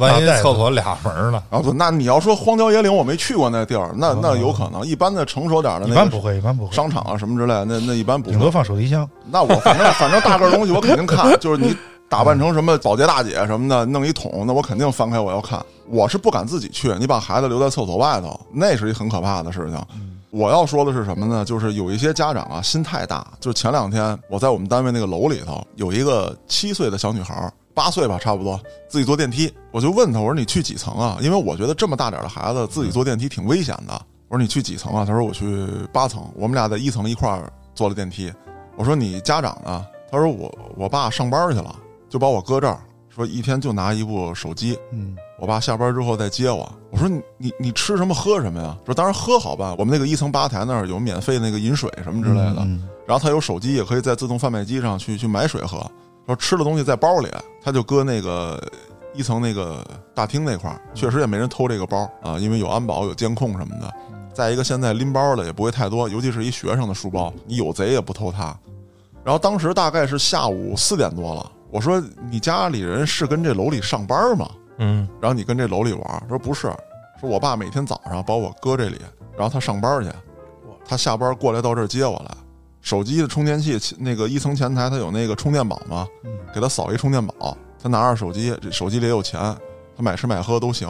S4: 万
S3: 啊
S4: 一厕所俩门呢？
S2: 然后说，那你要说荒郊野岭，我没去过那地儿，那那有可能。一般的成熟点的，
S3: 哦一般不，会，一般不会，
S2: 商场啊什么之类的，那那一般不
S3: 顶
S2: 会
S3: 多。放手提箱。
S2: 那我反正反正大个儿东西我肯定看，就是你打扮成什么保洁大姐什么的，弄一桶，那我肯定翻开我要看。我是不敢自己去，你把孩子留在厕所外头，那是一很可怕的事情。我要说的是什么呢？就是有一些家长啊，心太大。就是前两天我在我们单位那个楼里头，有一个七岁的小女孩儿，八岁吧，差不多，自己坐电梯。我就问她，我说你去几层啊？因为我觉得这么大点儿的孩子自己坐电梯挺危险的。我说你去几层啊？她说我去八层。我们俩在一层一块儿坐了电梯。我说你家长呢？她说我我爸上班去了，就把我搁这儿，说一天就拿一部手机，
S3: 嗯，
S2: 我爸下班之后再接我。我说你你你吃什么喝什么呀？说当然喝好办，我们那个一层吧台那儿有免费那个饮水什么之类的，
S3: 嗯
S2: 然后他有手机也可以在自动贩卖机上去去买水喝。说吃的东西在包里，他就搁那个呃一层那个大厅那块儿，确实也没人偷这个包啊，因为有安保有监控什么的。再一个，现在拎包的也不会太多，尤其是一学生的书包，你有贼也不偷他。然后当时大概是下午四点多了，我说你家里人是跟这楼里上班吗？
S1: 嗯
S2: 然后你跟这楼里玩儿，说不是，说我爸每天早上把我搁这里，然后他上班去，他下班过来到这儿接我来。手机的充电器前那个一层前台，它有那个充电宝嘛，给他扫一充电宝，他拿着手机，这手机里也有钱，他买吃买喝都行。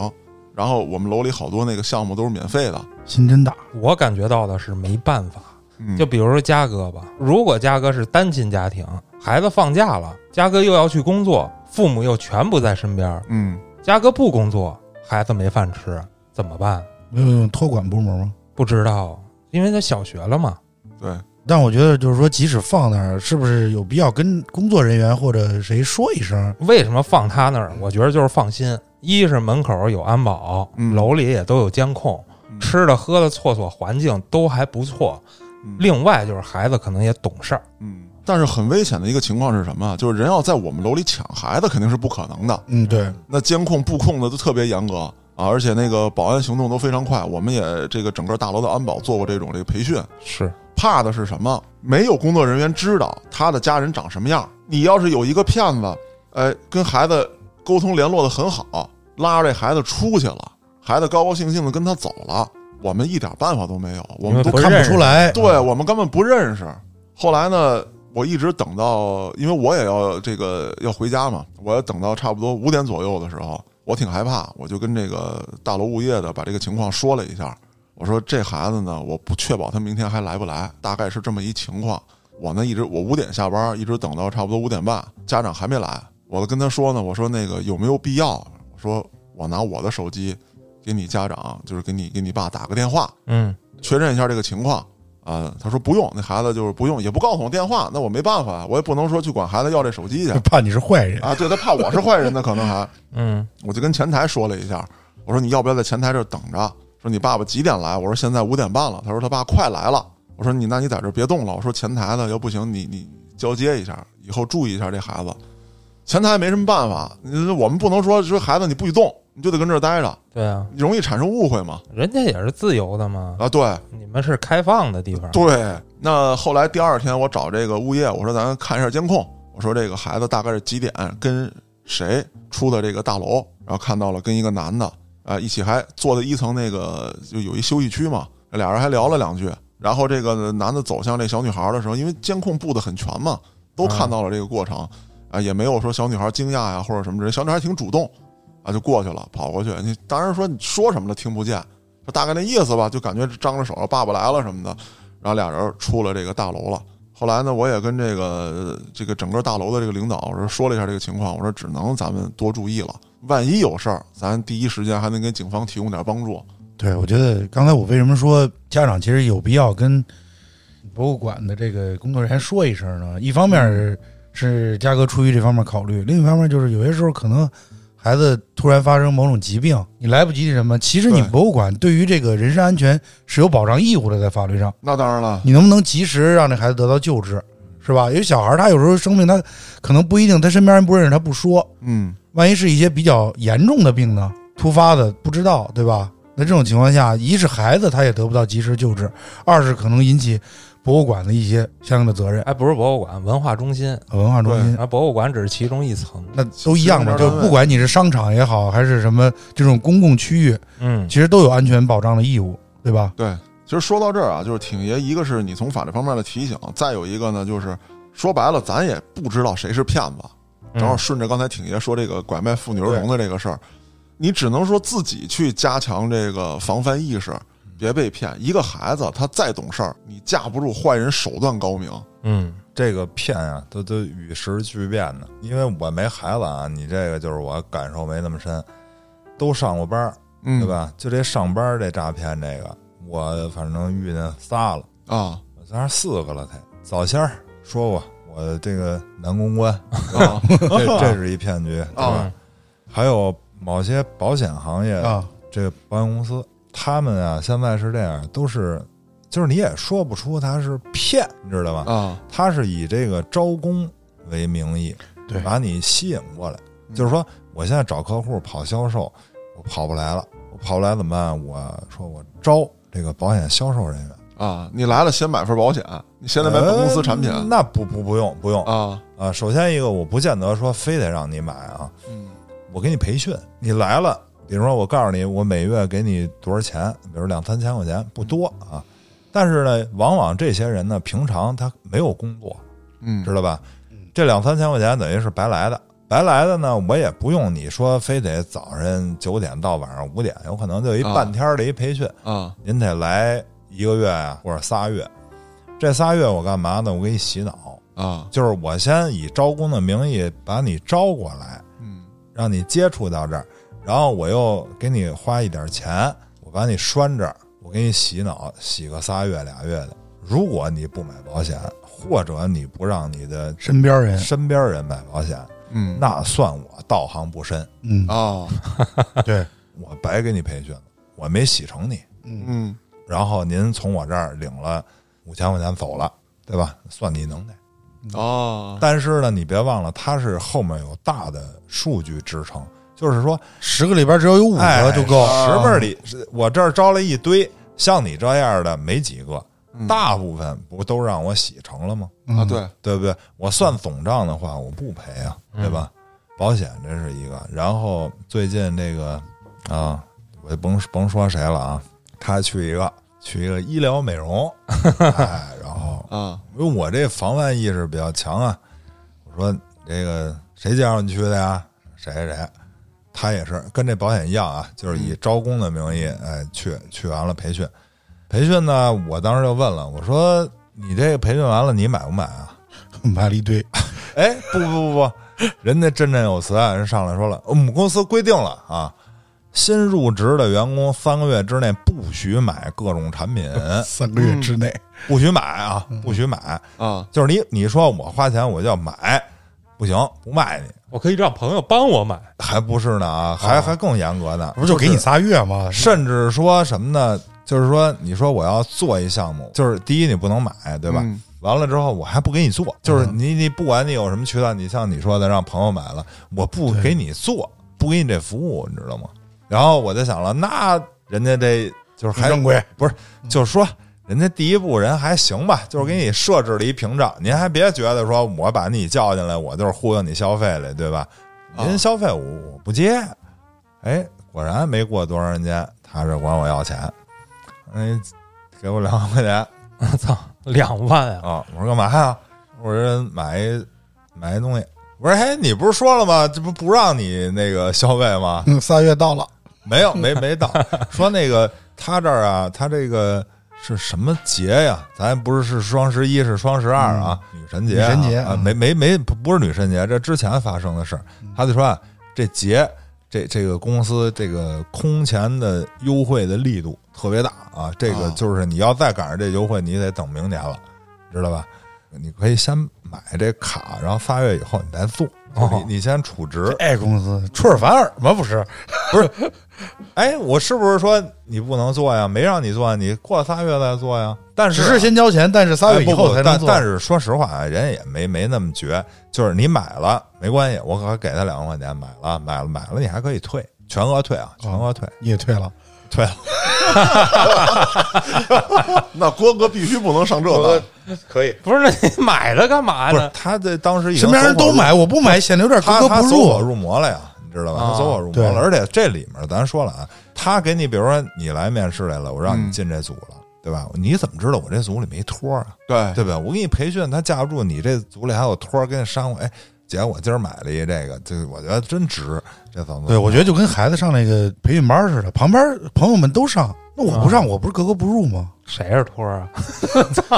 S2: 然后我们楼里好多那个项目都是免费的，
S3: 心真大。
S1: 我感觉到的是没办法。
S2: 嗯
S1: 就比如说嘉哥吧，如果嘉哥是单亲家庭，孩子放假了，嘉哥又要去工作，父母又全不在身边，
S2: 嗯，
S1: 嘉哥不工作，孩子没饭吃，怎么办？
S3: 没有用托管部门吗？
S1: 不知道，因为他小学了嘛。
S2: 对，
S3: 但我觉得就是说，即使放那儿，是不是有必要跟工作人员或者谁说一声？
S1: 为什么放他那儿？我觉得就是放心，一是门口有安保，
S2: 嗯
S1: 楼里也都有监控，
S2: 嗯
S1: 吃的喝的、厕所环境都还不错。
S2: 嗯
S1: 另外就是孩子可能也懂事儿，
S2: 嗯，但是很危险的一个情况是什么啊？就是人要在我们楼里抢孩子，肯定是不可能的。
S3: 嗯，对，
S2: 那监控布控的都特别严格啊，而且那个保安行动都非常快。我们也这个整个大楼的安保做过这种这个培训，
S1: 是
S2: 怕的是什么？没有工作人员知道他的家人长什么样。你要是有一个骗子，哎，跟孩子沟通联络的很好，拉着这孩子出去了，孩子高高兴兴的跟他走了，我们一点办法都没有，我们都
S1: 不
S3: 看
S1: 认
S3: 不
S1: 识
S3: 出来。
S2: 对我们根本不认识。后来呢，我一直等到，因为我也要这个要回家嘛，我要等到差不多五点左右的时候，我挺害怕，我就跟这个大楼物业的把这个情况说了一下。我说这孩子呢，我不确保他明天还来不来，大概是这么一情况。我呢一直我五点下班，一直等到差不多五点半，家长还没来，我就跟他说呢，我说那个有没有必要？我说我拿我的手机给你家长，就是给你给你爸打个电话，
S1: 嗯，
S2: 确认一下这个情况啊、他说不用，那孩子就是不用，也不告诉我电话，那我没办法，我也不能说去管孩子要这手机去
S3: 就怕你是坏人。
S2: 啊。对他怕我是坏人呢，可能还
S1: 嗯
S2: 我就跟前台说了一下，我说你要不要在前台这儿等着？说你爸爸几点来？我说现在五点半了。他说他爸快来了。我说你那你在这儿别动了。我说前台的要不行你你交接一下，嗯以后注意一下这孩子。前台没什么办法，你我们不能说说孩子你不许动，你就得跟这儿待着，
S1: 对啊，
S2: 容易产生误会嘛。
S1: 人家也是自由的嘛，
S2: 啊，对
S1: 你们是开放的地方，
S2: 对。那后来第二天，我找这个物业，我说咱看一下监控，我说这个孩子大概是几点跟谁出的这个大楼，然后看到了跟一个男的啊一起还坐在一层那个就有一休息区嘛，俩人还聊了两句。然后这个男的走向这小女孩的时候，因为监控布的很全嘛，都看到了这个过程啊，也没有说小女孩惊讶呀、或者什么之类，小女孩挺主动啊，就过去了，跑过去。你当然说你说什么了听不见，就大概那意思吧，就感觉张着手啊爸爸来了什么的。然后俩人出了这个大楼了。后来呢，我也跟这个这个整个大楼的这个领导我说说了一下这个情况，我说只能咱们多注意了，万一有事儿，咱第一时间还能给警方提供点帮助。
S3: 对，我觉得刚才我为什么说家长其实有必要跟博物馆的这个工作人员说一声呢？一方面是嘉哥出于这方面考虑，另一方面就是有些时候可能孩子突然发生某种疾病，你来不及什么，其实你
S2: 对
S3: 博物馆对于这个人身安全是有保障义务的，在法律上，
S2: 那当然了，
S3: 你能不能及时让这孩子得到救治，是吧？因为小孩儿他有时候生病，他可能不一定，他身边人不认识，他不说，
S2: 嗯，
S3: 万一是一些比较严重的病呢？突发的不知道，对吧？那这种情况下，一是孩子他也得不到及时救治，二是可能引起博物馆的一些相应的责任。
S1: 哎，不是博物馆，文化中心，
S3: 文化中心
S1: 啊，博物馆只是其中一层，
S3: 那都一样嘛，
S2: 行政
S3: 就
S2: 单位
S3: 不管你是商场也好，还是什么这种公共区域，
S1: 嗯，
S3: 其实都有安全保障的义务，对吧？
S2: 对。其实说到这儿啊，就是挺爷，一个是你从法律方面的提醒，再有一个呢，就是说白了，咱也不知道谁是骗子。正好
S1: 嗯
S2: 顺着刚才挺爷说这个拐卖妇女儿童的这个事儿，你只能说自己去加强这个防范意识，别被骗。一个孩子他再懂事儿，你架不住坏人手段高明。
S1: 嗯，
S4: 这个骗啊，都都与时俱变的。因为我没孩子啊，你这个就是我感受没那么深，都上过班儿，
S2: 嗯
S4: 对吧？就这上班儿这诈骗这个，我反正遇见仨了，
S2: 啊
S4: 我仨四个了才。早先儿说过，我这个男公关，
S2: 啊
S4: 这这是一骗局，对吧？
S2: 啊！
S4: 还有某些保险行业
S3: 啊，
S4: 这个保险公司，他们啊现在是这样，都是就是你也说不出他是骗，你知道吧？
S2: 啊！
S4: 他是以这个招工为名义，
S3: 对
S4: 把你吸引过来。就是说，我现在找客户跑销售，我跑不来了，我跑不来怎么办？我说我招这个保险销售人员，
S2: 啊，你来了先买份保险，你现在买本公司产品
S4: 呃那不不不用不用
S2: 啊，
S4: 啊。首先一个，我不见得说非得让你买啊，
S2: 嗯
S4: 我给你培训，你来了，比如说我告诉你，我每月给你多少钱，比如两三千块钱，不多啊。但是呢，往往这些人呢，平常他没有工作，
S2: 嗯
S4: 知道吧？这两三千块钱等于是白来的，白来的呢，我也不用你说非得早上九点到晚上五点，有可能就一
S2: 啊
S4: 半天儿的一培训，
S2: 啊
S4: 您得来一个月啊或者仨月。这仨月我干嘛呢？我给你洗脑，
S2: 啊，
S4: 就是我先以招工的名义把你招过来，
S2: 嗯
S4: 让你接触到这儿，然后我又给你花一点钱，我把你拴这儿，我给你洗脑，洗个仨月俩月的。如果你不买保险，或者你不让你的
S3: 身边人，
S4: 身边人买保险，
S2: 嗯
S4: 那算我道行不深，
S3: 嗯，
S2: 啊，
S3: 对，
S4: 我白给你培训了，我没洗成你。
S2: 嗯
S4: 然后您从我这儿领了五千块钱走了，对吧？算你能耐。
S2: 啊，
S4: 但是呢，你别忘了，它是后面有大的数据支撑，就是说
S3: 十个里边只要有五
S4: 哎
S3: 个就够，
S4: 十份儿里，是我这儿招了一堆，像你这样的没几个，
S2: 嗯
S4: 大部分不都让我洗成了吗？
S3: 嗯
S2: 啊，对，
S4: 对不对？我算总账的话，我不赔啊，对吧？保险这是一个，然后最近这个啊，我就甭甭说谁了啊，他去一个去一个医疗美容，哎，然后
S2: 啊
S4: 因为我这防范意识比较强啊，我说这个谁介绍你去的呀？谁谁谁，他也是跟这保险一样啊，就是以招工的名义，哎，去去完了培训，培训呢，我当时就问了，我说你这个培训完了，你买不买啊？
S3: 买了一堆，
S4: 哎，不不不不，人家振振有词啊，人上来说了，我们公司规定了啊，新入职的员工三个月之内不许买各种产品，
S3: 三个月之内，
S4: 不许买啊，
S3: 嗯
S4: 不许买。
S2: 啊
S4: 就是你你说我花钱我就要买，不行不卖你，
S1: 我可以让朋友帮我买，
S4: 还不是呢啊，还还更严格呢，
S3: 哦不是就给你仨月吗？
S4: 甚至说什么呢？就是说，你说我要做一项
S3: 嗯
S4: 目，就是第一你不能买，对吧？
S2: 嗯
S4: 完了之后我还不给你
S3: 嗯
S4: 做，就是你你不管你有什么渠道，你像你说的让朋友买了，我不给你做，不给你这服务，你知道吗？然后我就想了，那人家这就是还
S3: 正规，
S4: 不是，就是说人家第一步人还行吧，就是给你设置了一屏障，您还别觉得说我把你叫进来，我就是忽悠你消费来，对吧？
S2: 啊
S4: 您消费我我不接，哎，果然没过多长时间，他是管我要钱，哎，给我两万块钱啊、哦
S1: 我 操，两万啊！
S4: 我说干嘛呀？我说买一买一东西。我说，哎，你不是说了吗？这不不让你那个消费吗？
S3: 嗯，仨月到了，
S4: 没有，没没到。说那个他这儿啊，他这个是什么节呀？咱不是是双十一，是双十二啊，女神节啊、
S3: 嗯女神节
S4: 啊，
S3: 嗯
S4: 没没没，不不是女神节，这之前发生的事儿。他就说啊，这节这这个公司这个空前的优惠的力度特别大啊，这个
S2: 啊
S4: 就是你要再赶上这优惠，你得等明年了，知道吧？你可以先买这卡，然后仨月以后你再做，就是
S1: 哦
S4: 你你先储值，
S3: 哎，公司出尔反尔吗？不是，
S4: 哎，我是不是说你不能做呀？没让你做，你过仨月再做呀。但是
S3: 只
S4: 啊
S3: 是先交钱，但是仨
S4: 哎
S3: 月以
S4: 不
S3: 后
S4: 不
S3: 才能
S4: 但
S3: 做。
S4: 但是说实话啊，人也没没那么绝，就是你买了没关系，我可给他两万块钱，买了买了买了，你还可以退，全额退啊，全额退，
S3: 你也退了，
S4: 退了。
S2: 那郭哥必须不能上这当，
S4: 可以，
S1: 不是，那你买它干嘛
S4: 不是
S1: 呢？
S4: 他这当时已经
S3: 身边人
S4: 走火
S3: 都
S4: 入
S3: 买，我不买显得有点格
S4: 他
S3: 格
S4: 他
S3: 不
S4: 走火
S3: 入。
S4: 入魔了呀，你知道吧？
S1: 啊
S4: 他走火入魔了，
S3: 对
S4: 而且这里面咱说了啊，他给你，比如说你来面试来了，我让你进这组了，对吧？你怎么知道我这组里没托啊？
S2: 对，
S4: 对吧？我给你培训，他架不住你这组里还有托儿跟你商量。哎，姐，我今儿买了一这个，这我觉得真值，这房子。
S3: 对，我觉得就跟孩子上那个培训班似的，旁边朋友们都上，那我不上，我不是格格不入 吗？
S1: 谁是托儿啊？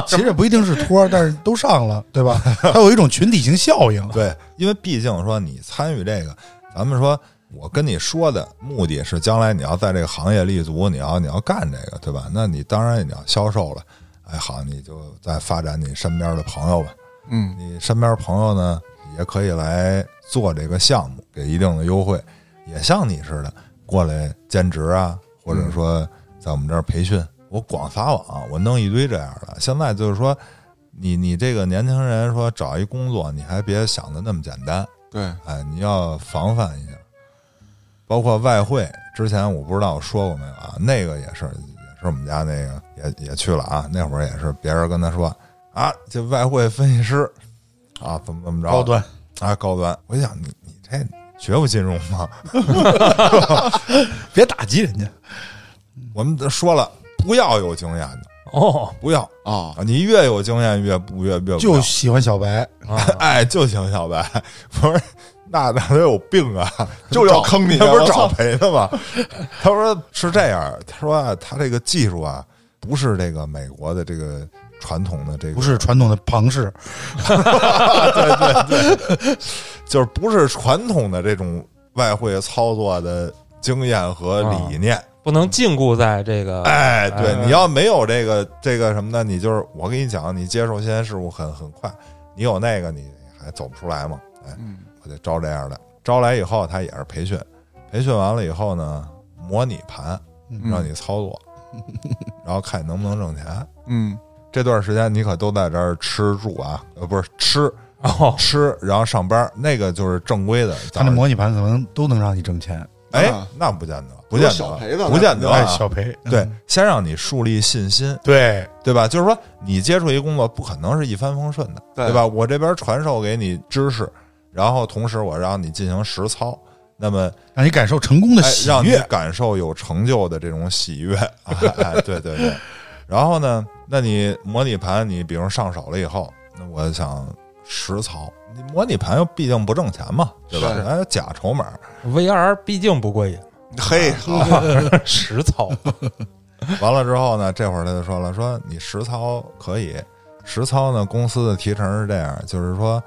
S3: 其实也不一定是托儿，但是都上了，对吧？它有一种群体性效应。
S4: 对，因为毕竟说你参与这个，咱们说我跟你说的目的是将来你要在这个行业立足，你要你要干这个，对吧？那你当然你要销售了，哎，好，你就再发展你身边的朋友吧。
S2: 嗯，
S4: 你身边朋友呢也可以来做这个项目，给一定的优惠，也像你似的过来兼职啊，或者说在我们这儿培训。我广撒网，我弄一堆这样的。现在就是说，你你这个年轻人说找一工作，你还别想的那么简单，
S2: 对，
S4: 哎，你要防范一下。包括外汇，之前我不知道我说过没有啊？那个也是，也是我们家那个也也去了啊。那会儿也是别人跟他说啊，这外汇分析师啊，怎么怎么 着，
S3: 高端，
S4: 啊，高端。我一想你你这学过金融吗？
S3: 别打击人家。
S4: 我们都说了不要有经验的，
S1: 哦
S4: 不要
S2: 啊，
S4: 啊，你越有经验越不越越不
S3: 就
S4: 要
S3: 喜欢小白，
S1: 啊，
S4: 哎就行小白， 不是。那那他有 病啊！
S2: 就要
S4: 找
S2: 坑你
S4: 他不
S2: 我
S4: 是
S2: 操
S4: 找赔的吗？他说是这样，他说啊，他这个技术啊，不是这个美国的这个传统的这个，
S3: 不是传统的庞氏，
S4: 就是不是传统的这种外汇操作的经验和
S3: 啊
S4: 理念。
S1: 不能禁锢在这个。
S4: 哎，对，
S1: 哎
S4: 你要没有这个这个什么的，你就是我跟你讲，你接受新鲜事物很很快，你有那个你还走不出来嘛。哎，
S2: 嗯
S4: 我得招这样的，招来以后他也是培训，培训完了以后呢，模拟盘
S3: 嗯
S4: 让你操作， 然后看你能不能挣钱。
S2: 嗯，
S4: 这段时间你可都在这儿吃住啊，呃，不是吃
S1: 哦，
S4: 吃，然后上班，那个就是正规的。
S3: 他那模拟盘可能都能让你挣钱。
S4: 哎
S2: 啊，
S4: 那不见得，不见
S2: 小赔
S4: 得，
S2: 的
S4: 不见得啊。
S3: 哎，小裴，
S4: 对
S3: 嗯，
S4: 先让你树立信心，
S3: 对，
S4: 对吧？就是说，你接触一工作不可能是一帆风顺的，
S2: 对
S4: 对吧？我这边传授给你知识，然后同时我让你进行实操，那么
S3: 让你感受成功的
S4: 哎，
S3: 喜
S4: 让你
S3: 悦。
S4: 感受有成就的这种喜悦。哎，对对对。然后呢，那你模拟盘，你比如上手了以后，那我想实操，你模拟盘又毕竟不挣钱嘛，对吧
S2: 是？
S4: 哎，假筹码，
S1: VR 毕竟不 过瘾，
S2: 嘿，啊好，
S1: 实操
S4: 完了之后呢，这会儿他就说了，说你实操可以，实操呢，公司的提成是这样，就是说，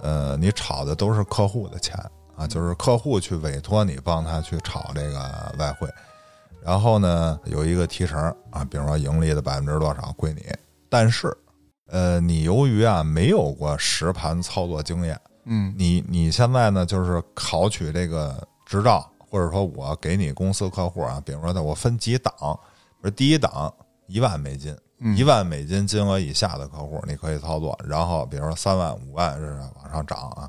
S4: 呃，你炒的都是客户的钱啊，就是客户去委托你帮他去炒这个外汇，然后呢，有一个提成啊，比如说盈利的百分之多少归你，但是，呃，你由于啊没有过实盘操作经验，
S2: 嗯
S4: 你你现在呢，就是考取这个执照，或者说我给你公司客户啊，比如说呢，我分几档，比如第一档一万美金，
S2: 嗯
S4: 一万美金金额以下的客户你可以操作，然后比如说三万、五万是往上涨啊。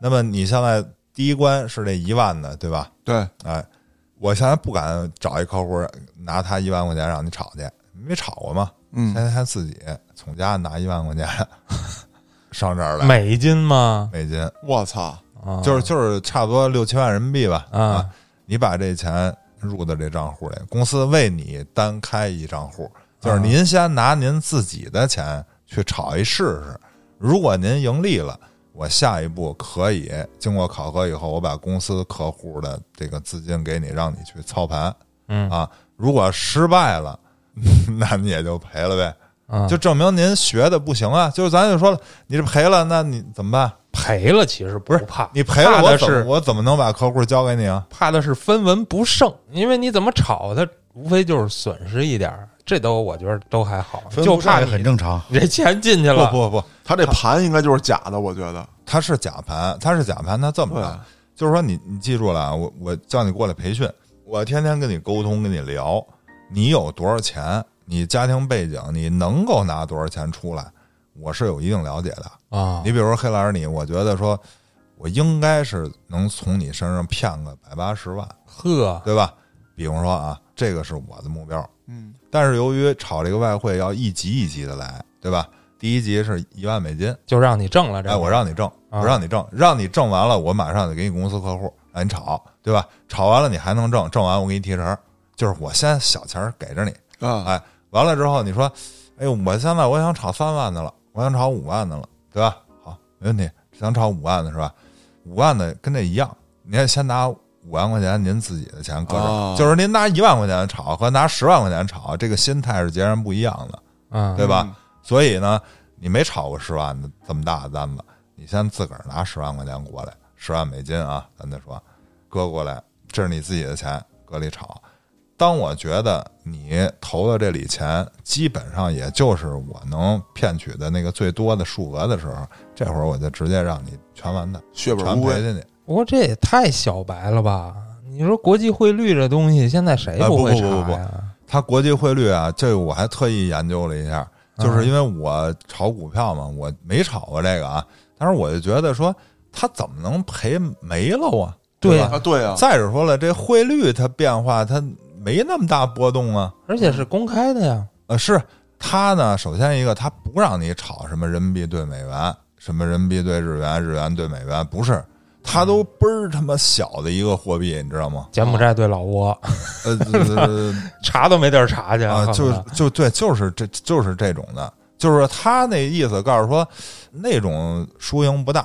S4: 那么你现在第一关是这一万的，对吧？
S2: 对，
S4: 哎，我现在不敢找一客户拿他一万块钱让你炒去，没炒过嘛，现
S2: 嗯，
S4: 在他自己从家拿一万块钱 上这儿来，
S1: 美金吗？
S4: 美金
S2: 我操，
S1: 啊，
S4: 就是就是差不多六七万人民币吧
S1: 啊，
S4: 你把这钱入到这账户里，公司为你单开一账户，
S1: 啊
S4: 就是您先拿您自己的钱去炒一试试，如果您盈利了，我下一步可以经过考核以后，我把公司客户的这个资金给你，让你去操盘
S1: 嗯
S4: 啊。如果失败了， 那你也就赔了呗，
S1: 啊
S4: 就证明您学的不行啊。就是咱就说了，你这赔了，那你怎么办？
S1: 赔了，其实不
S4: 是
S1: 怕，
S4: 你赔了
S1: 怕
S4: 我
S1: 的
S4: 怎么
S1: 是
S4: 我怎么能把客户交给你啊？
S1: 怕的是分文不剩，因为你怎么炒它，无非就是损失一点儿，这都我觉得都还好，
S3: 分
S1: 就
S3: 不
S1: 怕
S3: 上也
S1: 你
S3: 很正常。
S1: 你这钱进去
S4: 不
S1: 了，
S4: 不不，
S2: 他这盘应该就是假的，我觉得。
S4: 它是假盘，它是假盘，它这么
S2: 对
S4: 办？
S1: 啊
S4: 就是说你你记住了啊，我我叫你过来培训，我天天跟你沟通，跟你聊，你有多少钱，你家庭背景，你能够拿多少钱出来，我是有一定了解的。
S1: 啊，
S4: 你比如说黑老师你，我觉得说，我应该是能从你身上骗个百八十万，
S1: 呵，
S4: 对吧？比方说啊，这个是我的目标，
S2: 嗯，
S4: 但是由于炒这个外汇要一级一级的来，对吧？第一级是一万美金，
S1: 就让你挣了这
S4: 哎，
S1: 个，
S4: 我让你挣，
S1: 啊
S4: 我让你挣，让你挣完了，我马上就给你公司客户，让你炒，对吧？炒完了你还能挣，挣完我给你提成，就是我先小钱儿给着你，
S2: 啊，
S4: 哎，完了之后你说，哎呦，我现在我想炒三万的了，我想炒五万的了，对吧？好，没问题，想炒五万的是吧？五万的跟这一样，您先拿五万块钱您自己的钱搁这儿，
S2: 哦
S4: 就是您拿一万块钱炒和拿十万块钱炒，这个心态是截然不一样的。
S1: 嗯，
S4: 对吧？
S2: 嗯
S4: 所以呢，你没炒过十万的这么大的单子，你先自个儿拿十万块钱过来，十万美金啊，咱再说，搁过来，这是你自己的钱，搁里炒。当我觉得你投到这里钱，基本上也就是我能骗取的那个最多的数额的时候，这会儿我就直接让你全完蛋，
S2: 血本
S4: 全
S2: 无
S4: 赔
S2: 归。
S4: 进去。
S1: 不过这也太小白了吧？你说国际汇率这东西，现在谁
S4: 哎不
S1: 会
S4: 不
S1: 查
S4: 不不
S1: 呀？
S4: 它国际汇率啊，这个我还特意研究了一下，就是因为我炒股票嘛，我没炒过这个啊，但是我就觉得说，它怎么能赔没了啊？
S1: 对
S4: 吧？
S2: 啊，对啊，
S4: 再者说了，这汇率它变化，它没那么大波动啊。
S1: 而且是公开的呀，
S4: 呃，是它呢，首先一个，它不让你炒什么人民币对美元，什么人民币对日元，日元对美元，不是，它都倍儿他妈小的一个货币，你知道吗？
S1: 柬埔寨对老挝，
S4: 呃，呃
S1: 查都没地儿查去
S4: 啊，
S1: 恨
S4: 就
S1: 不
S4: 是
S1: 得
S4: 就对，就是这就是这种的，就是说他那意思告诉说，那种输赢不大，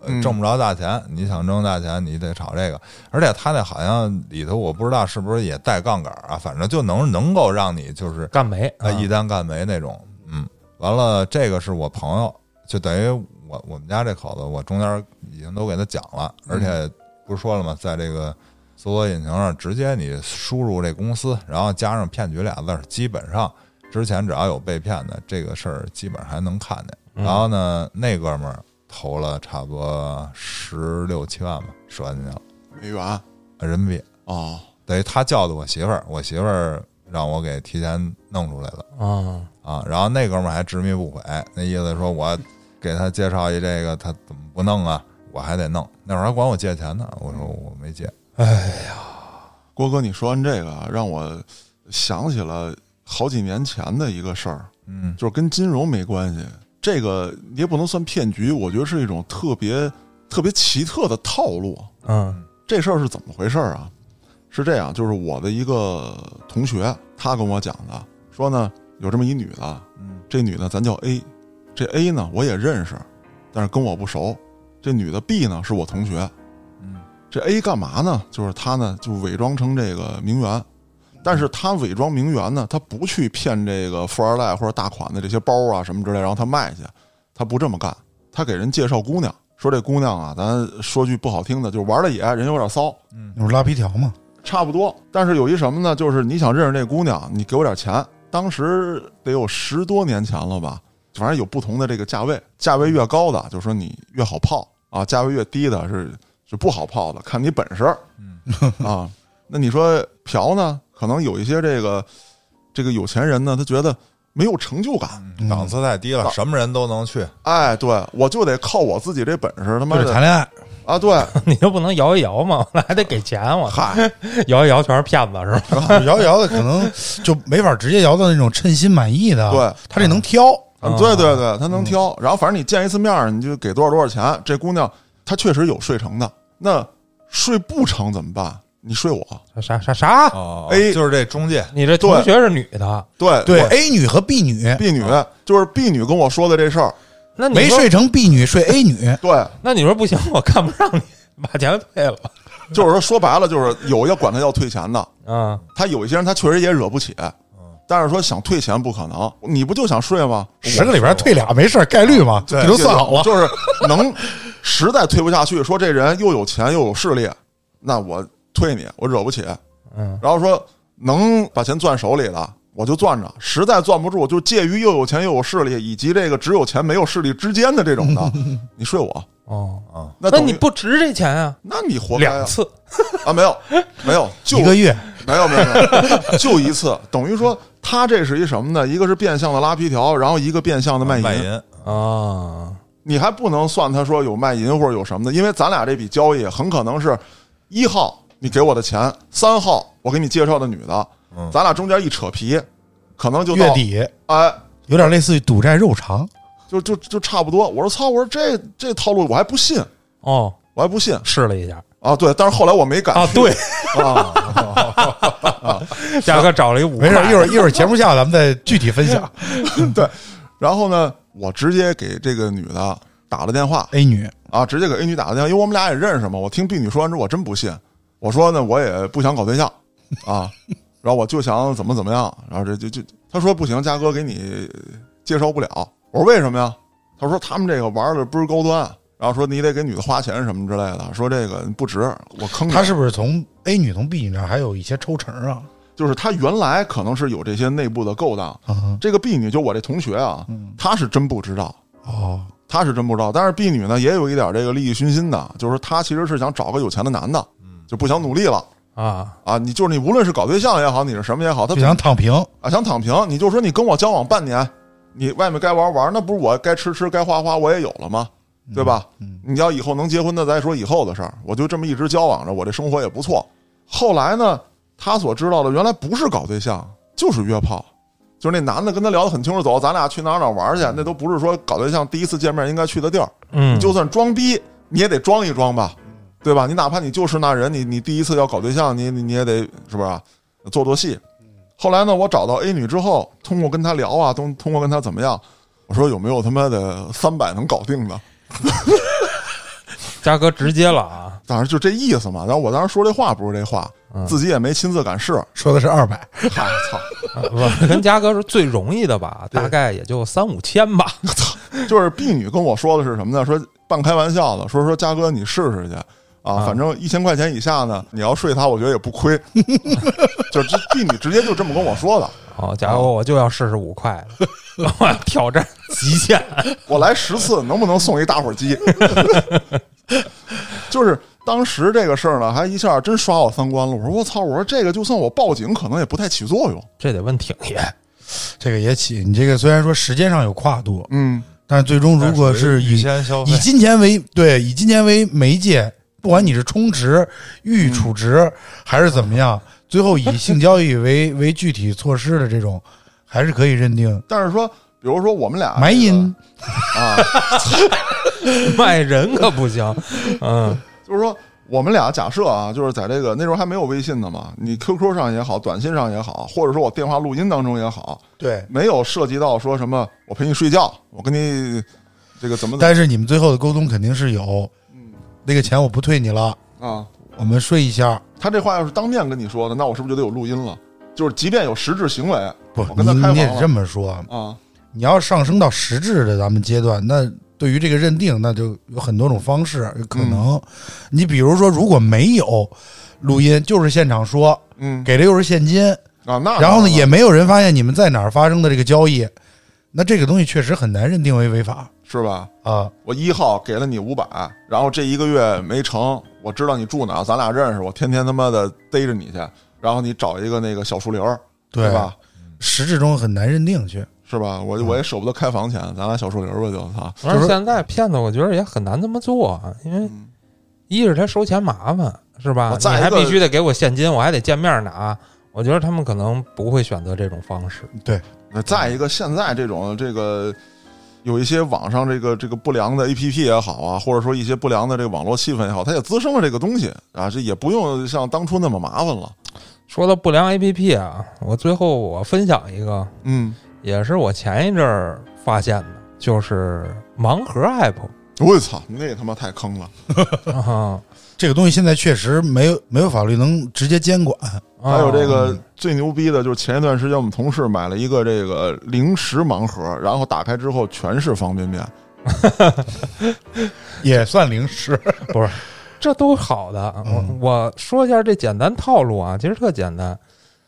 S4: 呃
S2: 嗯
S4: 挣不着大钱。你想挣大钱，你得炒这个，而且他那好像里头我不知道是不是也带杠杆啊，反正就能能够让你就是
S1: 干没
S4: 啊
S1: 啊
S4: 一单干没那种。嗯，完了，这个是我朋友，就等于我我们家这口子，我中间已经都给他讲了，而
S1: 嗯
S4: 且不是说了吗，在这个搜索引擎上直接你输入这公司，然后加上骗局俩字儿，基本上之前只要有被骗的这个事儿，基本上还能看见。
S1: 嗯
S4: 然后呢，那哥们儿投了差不多十六七万吧，十万进去了，
S2: 美元
S4: 人民币。
S2: 哦，
S4: 等于他叫的我媳妇儿，我媳妇儿让我给提前弄出来了。
S1: 嗯
S4: 啊，然后那哥们儿还执迷不悔，那意思说我给他介绍一这个，他怎么不弄啊？我还得弄。那会儿还管我借钱呢，我说我没借。
S1: 哎
S2: 郭哥，你说完这个啊，让我想起了好几年前的一个事儿，
S4: 嗯
S2: 就是跟金融没关系。这个你也不能算骗局，我觉得是一种特别特别奇特的套路。
S1: 嗯
S2: 这事儿是怎么回事儿啊？是这样，就是我的一个同学，他跟我讲的，说呢有这么一女的，
S4: 嗯
S2: 这女的咱叫 A，这 A 呢我也认识，但是跟我不熟。这女的 B 呢是我同学，
S4: 嗯
S2: 这 A 干嘛呢？就是他呢，就伪装成这个名媛，但是他伪装名媛呢，他不去骗这个富二代或者大款的这些包啊什么之类，然后他卖去，他不这么干，他给人介绍姑娘，说这姑娘啊，咱说句不好听的，就是玩的野，人有点骚，
S3: 那不是拉皮条嘛，
S2: 差不多。但是有一什么呢？就是你想认识这姑娘，你给我点钱。当时得有十多年前了吧，反正有不同的这个价位，价位越高的就说你越好泡啊，价位越低的是是不好泡的，看你本事。嗯啊，那你说嫖呢？可能有一些这个这个有钱人呢，他觉得没有成就感，
S4: 嗯，档次太低了，什么人都能去。
S2: 哎，对我就得靠我自己这本事，他妈
S3: 就是
S2: 的
S3: 谈恋爱，
S2: 啊，对，
S1: 你就不能摇一摇吗？还得给钱，我操！
S2: 嗨，
S1: 摇一摇全是骗子是吧？
S3: 摇一摇的可能就没法直接摇到那种称心满意的。
S2: 对，
S3: 他这能挑，
S1: 啊
S2: 嗯对对对，他能挑。然后反正你见一次面儿，你就给多少多少钱。这姑娘她确实有睡成的，那睡不成怎么办？你睡我，
S1: 啥啥啥？
S4: 哦，
S2: 哎
S4: 就是这中介，
S1: 你这同学是女的，
S2: 对
S3: 对 A 女和 B 女，
S2: 婢女就是 B 女跟我说的这事儿，
S1: 那你
S3: 没
S1: 说
S3: 睡，成 B 女睡 A 女，
S2: 对，
S1: 那你说不行，我看不上你，把钱退了。
S2: 就是说说白了，就是有要管她要退钱的，
S1: 啊，
S2: 他有一些人他确实也惹不起，但是说想退钱不可能，你不就想睡吗？
S3: 十个里边退俩没事儿，概率嘛，这都算好了。
S2: 就是能实在退不下去，说这人又有钱又有势力，那我退你，我惹不起。
S1: 嗯，
S2: 然后说能把钱攥手里的，我就攥着；实在攥不住，就介于又有钱又有势力，以及这个只有钱没有势力之间的这种的，你睡我，
S1: 哦，
S2: 那
S1: 那
S2: 等于
S1: 你，不值这钱啊？
S2: 那你活该
S1: 两
S2: 啊！
S1: 次，
S2: 啊，没有，没 有，就哦
S3: 一个月，
S2: 没有没有，没有就一次，等于说他这是一什么呢？一个是变相的拉皮条，然后一个变相的卖淫。
S4: 卖淫，
S1: 啊，
S2: 你还不能算他说有卖淫或者有什么的，因为咱俩这笔交易很可能是一号你给我的钱，三号我给你介绍的女的，
S4: 嗯
S2: 咱俩中间一扯皮，可能就到
S3: 月底
S2: 哎，
S3: 有点类似于赌债肉偿，
S2: 就就就差不多。我说操，我说这这套路我还不信，
S1: 哦，
S2: 我还不信
S1: 试了一下
S2: 啊。对，但是后来我没敢
S1: 啊，
S2: 去
S1: 对，
S3: 哦
S2: 啊，
S1: 价格找了一五块，
S3: 没事儿，一会儿一会儿节目下咱们再具体分享。
S2: 然后呢，我直接给这个女的打了电话，
S3: A 女，
S2: 啊，直接给 A 女打个电话，因为我们俩也认识嘛。我听 B 女说完之后，我真不信。我说呢，我也不想搞对象啊，然后我就想怎么怎么样，然后这就就他说不行，嘉哥给你接受不了。我说为什么呀？他说他们这个玩的不是高端，然后说你得给女的花钱什么之类的，说这个不值，我坑你
S3: 她是不是从 A 女从 B 女那儿还有一些抽成啊？
S2: 就是他原来可能是有这些内部的勾当。
S3: 啊，
S2: 这个 B 女就我这同学啊，她是真不知道，
S3: 哦，
S2: 她是真不知道。但是 B 女呢，也有一点这个利益熏心的，就是她其实是想找个有钱的男的，就不想努力了。
S1: 啊，
S2: 啊，你就是你，无论是搞对象也好，你是什么也好，他
S3: 就想躺平，
S2: 啊想躺平，你就说你跟我交往半年，你外面该玩玩，那不是我该吃吃该花花，我也有了吗？对吧？你要以后能结婚那再说以后的事儿，我就这么一直交往着，我这生活也不错。后来呢，他所知道的原来不是搞对象，就是约炮，就是那男的跟他聊得很清楚，走，咱俩去哪儿哪儿玩去，那都不是说搞对象第一次见面应该去的地儿。
S1: 嗯，
S2: 就算装逼，你也得装一装吧，对吧？你哪怕你就是那人，你你第一次要搞对象，你你你也得是不是啊做做戏？后来呢，我找到 A 女之后，通过跟她聊啊，通通过跟她怎么样，我说有没有他妈的三百能搞定的？
S1: 嘉哥直接了啊，
S2: 当然就这意思嘛。然后我当时说这话不是这话，
S1: 嗯
S2: 自己也没亲自敢试。
S3: 说的是二百，
S2: 嗨，操！
S1: 啊不跟嘉哥是最容易的吧，大概也就三五千吧，
S2: 就是 B 女跟我说的是什么呢？说半开玩笑的，说说嘉哥你试试去啊，
S1: 啊
S2: 反正一千块钱以下呢，你要睡他，我觉得也不亏。 就是这 B 女直接就这么跟我说的。
S1: 哦，家伙，我就要试试五块，我要 挑战极限。
S2: 我来十次，能不能送一打火机？ 就是当时这个事儿呢，还一下真刷我三观了。我说我操！我说这个就算我报警，可能也不太起作用。
S1: 这得问挺爷，
S3: 这个也起。你这个虽然说时间上有跨度，
S2: 嗯，
S3: 但是最终如果是
S4: 预
S3: 以
S4: 先消费
S3: 以，金钱为对，以金钱为媒介，不管你是充值、预储值还是怎么样，最后以性交易为为具体措施的这种，还是可以认定
S2: 但是说，比如说我们俩
S3: 埋淫。
S2: 啊，
S1: 卖人可不 行。嗯
S2: 就是说我们俩假设啊，就是在这个那时候还没有微信呢嘛，你 QQ 上也好，短信上也好，或者说我电话录音当中也好，
S3: 对，
S2: 没有涉及到说什么我陪你睡觉，我跟你这个怎么怎
S3: 但是你们最后的沟通肯定是有，
S2: 嗯
S3: 那个钱我不退你了，
S2: 么啊。
S3: 我们睡一下。
S2: 他这话要是当面跟你说的，那我是不是就得有录音了？就是即便有实质行为，
S3: 不
S2: 我，跟
S3: 你
S2: 他开
S3: 你也
S2: 房了
S3: 这么说，
S2: 啊，
S3: 你要上升到实质的咱们阶段，那对于这个认定，那就有很多种方式有可
S2: 嗯
S3: 能。你比如说，如果没有录音，就是现场说，
S2: 嗯
S3: 给的又是现金，
S2: 啊，那
S3: 然后呢，
S2: 当
S3: 也
S2: 了
S3: 没有人发现你们在哪儿发生的这个交易，那这个东西确实很难认定为违法
S2: 是吧？
S3: 啊。
S2: 我一号给了你五百，然后这一个月没成，我知道你住哪儿，咱俩认识，我天天他妈的逮着你去，然后你找一个那个小树林儿，对吧？
S3: 实质中很难认定去。
S2: 是吧？
S3: 嗯
S2: 我我也舍不得开房钱，咱俩小树林儿吧就操，
S1: 而现在骗子，我觉得也很难这么做啊，因为一是他收钱麻烦，是吧
S2: 我？
S1: 你
S2: 再一
S1: 还
S2: 个
S1: 必须得给我现金，我还得见面拿。我觉得他们可能不会选择这种方式。
S2: 那再一个，现在这种这个有一些网上这个这个不良的 APP 也好啊，或者说一些不良的这个网络气氛也好，它也滋生了这个东西啊，这也不用像当初那么麻烦了。
S1: 说到不良 APP 啊，我最后我分享一个，
S2: 嗯，
S1: 也是我前一阵儿发现的，就是盲盒 app
S2: 我操，那他妈太坑了！
S1: 啊，
S3: 这个东西现在确实没有没有法律能直接监管。
S1: 还
S2: 还有这
S1: 啊
S2: 个最牛逼的，就是前一段时间我们同事买了一个这个零食盲盒，然后打开之后全是方便面。
S3: 也算零食，
S1: 这都好的。我
S3: 嗯
S1: 我说一下这简单套路啊，其实特简单。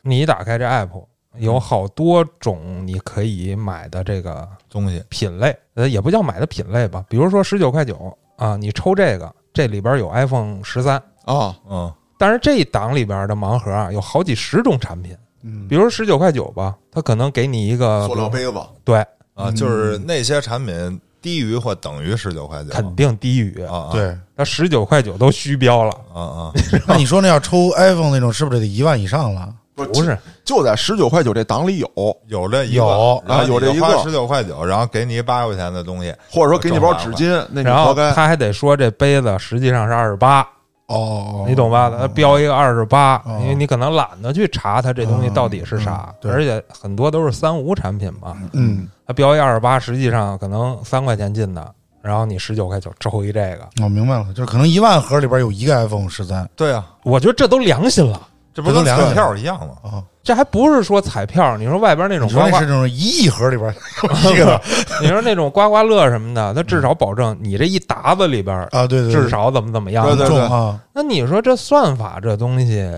S1: 你打开这 app，有好多种你可以买的这个
S4: 东西
S1: 品类，呃，也不叫买的品类吧，比如说十九块九啊，你抽这个，这里边有 iPhone 十三，
S2: 啊，
S4: 嗯
S1: 但是这一档里边的盲盒啊，有好几十种产品，
S3: 嗯
S1: 比，如十九块九吧，它可能给你一个
S2: 塑料，杯子，
S1: 啊对，
S4: 啊，
S3: 嗯
S4: 就是那些产品低于或等于十九块九，
S1: 肯定低于，
S4: 啊，啊，
S3: 对。
S1: 它十九块九都虚标了，
S4: 啊啊，
S3: 那你说那要抽 iPhone 那种，是不是得一万以上了？
S1: 不是，
S2: 就在十九块九这档里有，
S4: 有这一个
S3: 有
S4: 然后
S2: 有这一个
S4: 十九块九，然后给你八块钱的东西，
S2: 或者说给你包纸巾，那你
S1: 然后
S2: 活该。
S1: 他还得说这杯子实际上是二十八，
S3: 哦
S1: 你懂吧？它标一个二十八，
S3: 哦
S1: 因为你可能懒得去查它这东西到底是啥
S3: 嗯，对
S1: 而且很多都是三无产品嘛，
S3: 嗯，
S1: 它标一二十八，实际上可能三块钱进的，然后你十九块九抽一这个，
S3: 我明白了，就是可能一万盒里边有一个 iPhone 十三
S4: 对啊，
S1: 我觉得这都良心了。
S4: 这
S3: 这
S4: 不
S3: 都
S4: 跟
S3: 两
S4: 彩
S3: 个
S4: 票一样吗？
S3: 啊。
S1: 这还不是说彩票，你说外边那种
S3: 你说
S1: 刮
S3: 那
S1: 刮
S3: 是，这种一亿盒里边有一个的
S1: 你说那种刮刮乐什么 的，它至少保证你这一沓子里边
S3: 嗯啊？对对，对
S1: 至少怎么怎么样
S2: 对。对
S3: 重啊，
S1: 那你说这算法这东西，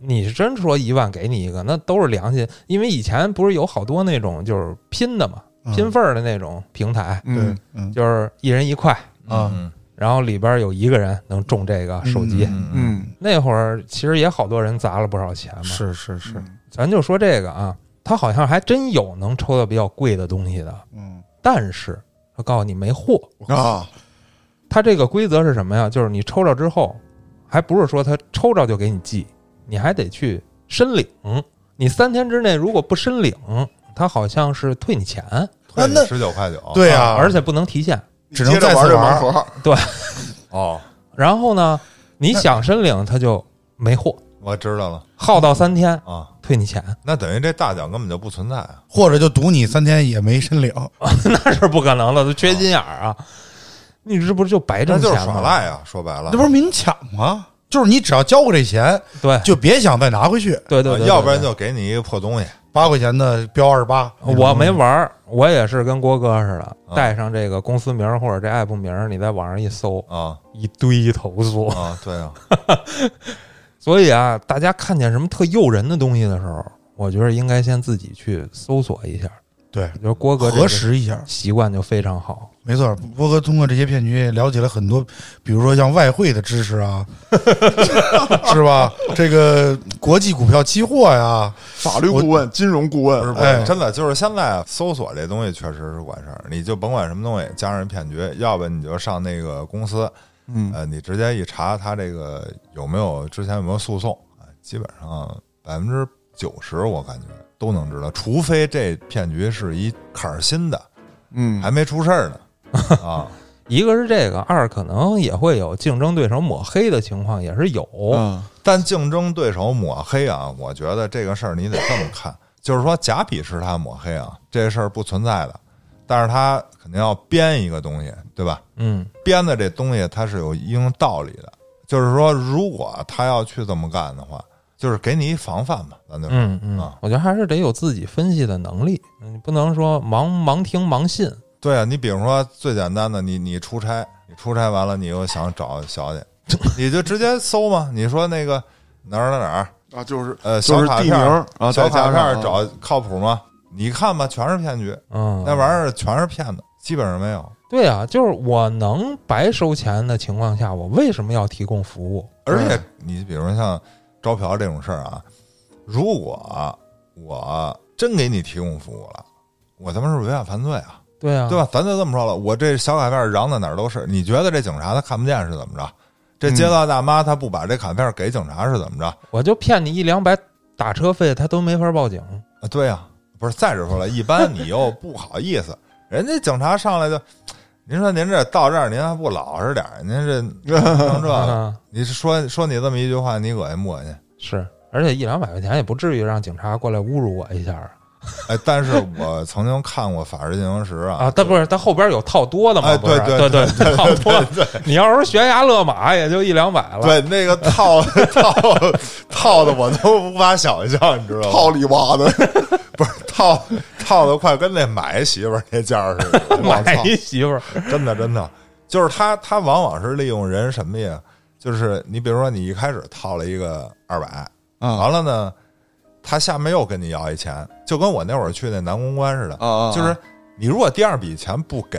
S1: 你是真说一万给你一个，那都是良心，因为以前不是有好多那种就是拼的嘛，
S3: 嗯
S1: 拼份儿的那种平台，
S2: 嗯
S3: 对，，嗯
S1: 就是一人一块，
S3: 啊
S4: 嗯
S1: 然后里边有一个人能中这个手机。
S4: 嗯嗯，
S2: 嗯，
S1: 那会儿其实也好多人砸了不少钱嘛，
S3: 是是
S2: 嗯
S3: 是，
S1: 咱就说这个啊，他好像还真有能抽到比较贵的东西的，
S3: 嗯，
S1: 但是他告诉你没货。
S2: 啊，
S1: 他这个规则是什么呀？就是你抽着之后，还不是说他抽着就给你寄，你还得去申领。你三天之内如果不申领，他好像是退你钱，
S3: 那那
S4: 十九块九，
S3: 对啊，
S1: 哦而且不能提现。
S3: 只能
S2: 接着
S3: 再次
S2: 玩这盲
S3: 玩
S2: 盒。
S4: 哦，
S1: 然后呢，你想申领他就没货，
S4: 我知道了
S1: 耗到三天
S4: 啊，
S1: 退你钱，
S4: 那等于这大奖根本就不存在啊，
S3: 或者就赌你三天也没申
S1: 啊
S3: 领，
S1: 那是不可能的，都缺心眼儿啊！你这不是就白
S4: 那
S1: 挣钱
S4: 就是
S1: 吗？
S4: 耍赖啊，说白了，
S3: 这不是明抢吗？就是你只要交过这钱，
S1: 对
S3: 就别想再拿回去。
S1: 对对对，对
S4: 要不然
S1: 对
S4: 就给你一个破东西，
S3: 八块钱的标二八，
S1: 我没玩儿，我也是跟郭哥似的，
S4: 啊
S1: 带上这个公司名儿或者这 app 名儿，你在网上一搜，
S4: 啊
S1: 一堆投诉。
S4: 啊，对啊，
S1: 所以啊，大家看见什么特诱人的东西的时候，我觉得应该先自己去搜索一下。
S3: 对
S1: 我觉得郭哥这
S3: 核
S1: 个
S3: 实一下。
S1: 习惯就非常好。
S3: 没错，波哥通过这些骗局也了解了很多，比如说像外汇的知识啊， 是吧？这个国际股票期货呀，
S2: 法律顾问、金融顾
S4: 不是
S2: 问，
S4: 不是，
S3: 哎
S4: 真的就是现在搜索这东西确实是管事儿，你就甭管什么东西，加上人骗局，要不你就上那个公司，
S2: 嗯，
S4: 呃，你直接一查他这个有没有之前有没有诉讼啊，基本上百分之九十我感觉都能知道，除非这骗局是一坎儿新的，
S2: 嗯
S4: 还，没出事儿呢啊，
S1: 一个是这个，二可能也会有竞争对手抹黑的情况，也是有。
S2: 嗯
S4: 但竞争对手抹黑啊，我觉得这个事儿你得这么看，就是说假鄙视他抹黑啊，这事儿不存在的，但是他肯定要编一个东西，对吧？
S1: 嗯，
S4: 编的这东西它是有一定道理的，就是说如果他要去这么干的话，就是给你一防范吧，咱就说
S1: 嗯嗯
S4: 啊，
S1: 我觉得还是得有自己分析的能力，你不能说盲盲听盲信。
S4: 对啊，你比如说最简单的，你你出差，你出差完了，你又想找小姐， 你就直接搜嘛。你说那个哪儿哪儿哪儿，
S2: 啊，就是
S4: 呃，小
S2: 就是
S4: 卡
S2: 地
S4: 片
S2: 名
S4: 儿，
S2: 儿啊，
S4: 小
S2: 再
S4: 卡
S2: 加
S4: 片儿
S2: 上
S4: 找靠谱吗？你看吧，全是骗局，
S1: 嗯，
S4: 那玩意儿全是骗子，基本上没有。
S1: 对啊，就是我能白收钱的情况下，我为什么要提供服务？
S4: 而且你比如说像招嫖这种事儿啊，如果我真给你提供服务了，我他妈是违法犯罪啊！
S1: 对啊，
S2: 嗯
S4: 对吧？咱就这么说了，我这小卡片儿瓤的哪儿都是，你觉得这警察他看不见是怎么着？这
S2: 嗯
S4: 街道大妈她不把这卡片给警察是怎么着？
S1: 我就骗你一两百打车费，他都没法报警。
S4: 啊，对呀、不是。再者说了，一般你又不好意思，人家警察上来就，您说您这到这儿您还不老实点儿，您这成这 个，
S1: 啊，
S4: 你是说说你这么一句话，你恶心不恶心？
S1: 是，而且一两百块钱也不至于让警察过来侮辱我一下啊
S4: 哎，但是我曾经看过《法制进行时》啊，
S1: 啊！但不是，他后边有套多的嘛？
S4: 哎
S1: 不是
S4: 对
S1: 对
S4: 对
S1: 对，套多的。你要是悬崖勒马，也就一两百了。
S4: 对那个套套套的我都无法想象，你知道吗？
S2: 套里挖的，
S4: 不是套套的快跟那买媳妇儿那价儿似的，我
S1: 买
S4: 操
S1: 一媳妇儿，
S4: 真的真的，就是他他往往是利用人什么呀？就是你比如说你一开始套了一个二百，
S2: 啊
S4: 完了呢，他下面又跟你要一钱，就跟我那会儿去那南公关似的，
S2: 啊啊啊
S4: 就是你如果第二笔钱不给，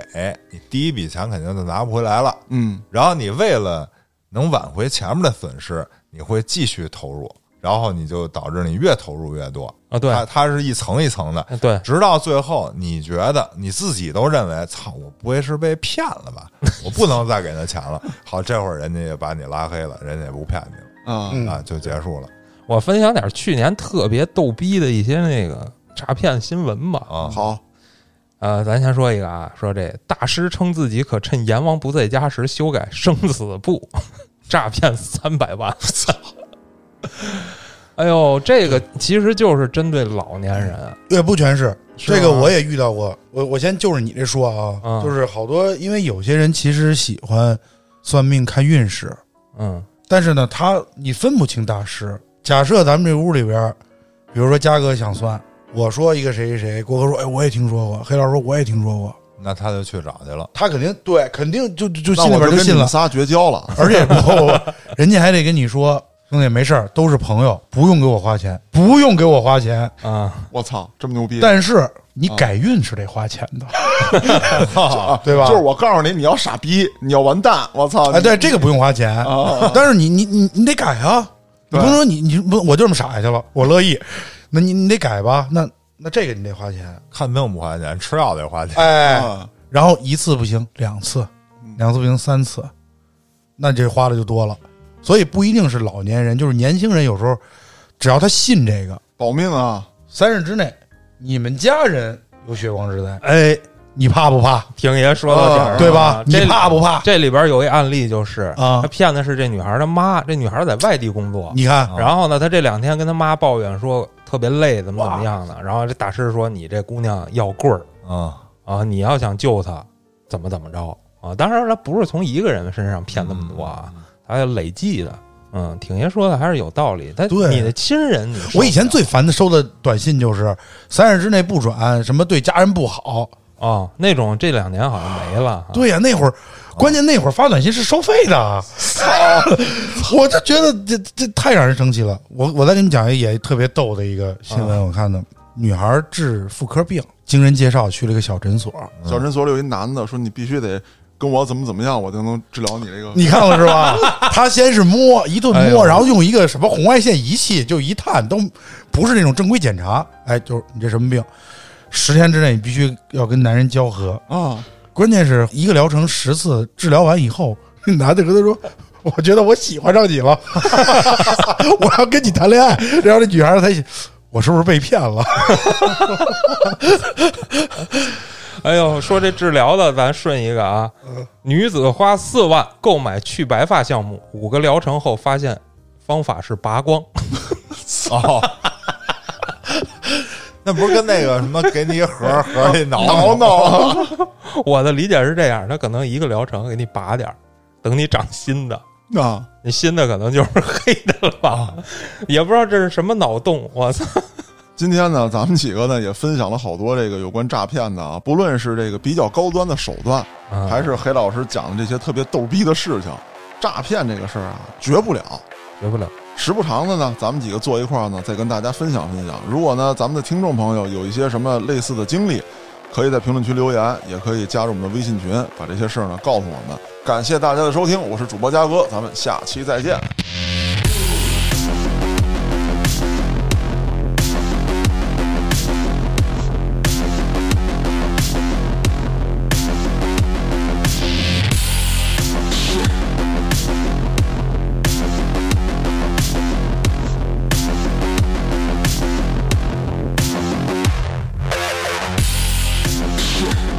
S4: 你第一笔钱肯定就拿不回来了。
S2: 嗯，
S4: 然后你为了能挽回前面的损失，你会继续投入，然后你就导致你越投入越多
S1: 啊对
S4: 它它是一层一层的，
S1: 对
S4: 直到最后，你觉得你自己都认为，操，我不会是被骗了吧？我不能再给他钱了。好，这会儿人家也把你拉黑了，人家也不骗你了、
S2: 啊，
S3: 嗯
S4: 啊，就结束了
S1: 我分享点去年特别逗逼的一些那个诈骗新闻吧。
S4: 啊。，
S2: 好，
S1: 呃，咱先说一个啊，说这大师称自己可趁阎王不在家时修改生死簿，诈骗三百万。操！哎呦，这个其实就是针对老年人，啊
S3: 也不全是，
S1: 是吗
S3: 这个我也遇到过。我我先就是你这说啊，
S1: 嗯
S3: 就是好多，因为有些人其实喜欢算命看运势，
S1: 嗯
S3: 但是呢，他你分不清大师。假设咱们这屋里边，比如说嘉哥想算，我说一个谁谁谁，郭哥说，哎，我也听说过，黑老师说我也听说过，
S4: 那他就去找去了。
S3: 他肯定对，肯定就就就
S2: 那
S3: 心里
S2: 我
S3: 边
S2: 就跟你
S3: 信了
S2: 们。仨绝交了。
S3: 而且不不不，人家还得跟你说，兄弟没事儿，都是朋友，不用给我花钱，不用给我花钱。
S1: 啊，
S2: 我操，这么牛逼！
S3: 但是你改运是得花钱的，
S2: 啊，
S3: 对吧
S2: 就是我告诉你，你要傻逼，你要完蛋，我操！
S3: 哎，
S2: 你
S3: 对，这个不用花钱
S2: 啊，
S3: 但是你你你你得改啊，你
S2: 对
S3: 不能说你你不我就这么傻下去了，我乐意，那你你得改吧，那那这个你得花钱，
S4: 看病不花钱，吃药得花钱。
S3: 哎，
S2: 啊
S3: 然后一次不行，两次，
S1: 嗯
S3: 两次不行，三次，那这花的就多了，所以不一定是老年人，就是年轻人有时候只要他信这个，
S2: 保命啊！
S3: 三日之内，你们家人有血光之灾，哎，你怕不怕？
S1: 挺爷说到点儿上了、
S3: 对吧？
S1: 啊这
S3: 你怕不怕？
S1: 这里边有一案例就是
S3: 啊
S1: 他骗的是这女孩的妈，这女孩在外地工作，
S3: 你看，
S1: 然后呢，他这两天跟他妈抱怨说特别累，怎么怎么样的。然后这大师说：“你这姑娘要棍儿
S4: 啊，
S1: 啊，你要想救她，怎么怎么着啊？”当然，他不是从一个人身上骗那么多啊，
S3: 嗯
S1: 他要累计的。嗯，挺爷说的还是有道理。但
S3: 对
S1: 你的亲人，你
S3: 我以前最烦的收的短信就是三日之内不转，什么对家人不好。
S1: 哦那种这两年好像没了啊。
S3: 对呀、那会儿，关键那会儿发短信是收费的啊， 我就觉得这这太让人生气了。我我再给你们讲一也特别逗的一个新闻，我看的，女孩治妇科病，经人介绍去了一个小诊所，
S2: 小诊所里有一男的说，你必须得跟我怎么怎么样，我就能治疗你这个。
S3: 你看了是吧？ 他先是摸一顿
S4: 哎
S3: 摸，
S4: 呦
S3: 然后用一个什么红外线仪器就一探，都不是那种正规检查。哎，就是你这什么病，十天之内你必须要跟男人交合。
S2: 啊，
S3: 关键是一个疗程十次，治疗完以后， 男的跟他说。我觉得我喜欢上你了， 我要跟你谈恋爱。然后这女孩才想，我是不是被骗了？
S1: 哎呦，说这治疗的，咱顺一个啊。女子花四万购买去白发项目，五个疗程后发现方法是拔光。
S4: 哦， 那不是跟那个什么给你一盒盒里挠
S2: 挠啊挠，
S1: 我的理解是这样，他可能一个疗程给你拔点儿，等你长新的，
S2: 啊，
S1: 你新的可能就是黑的了吧？也不知道这是什么脑洞，我操！
S2: 今天呢，咱们几个呢也分享了好多这个有关诈骗的啊，不论是这个比较高端的手段，
S3: 嗯
S1: 啊
S2: 还是黑老师讲的这些特别逗逼的事情，诈骗这个事儿啊，绝不了。
S1: 学不了。
S2: 时不常的呢，咱们几个坐一块儿呢，再跟大家分享分享。如果呢，咱们的听众朋友有一些什么类似的经历，可以在评论区留言，也可以加入我们的微信群，把这些事儿呢告诉我们。感谢大家的收听，我是主播嘉哥，咱们下期再见。就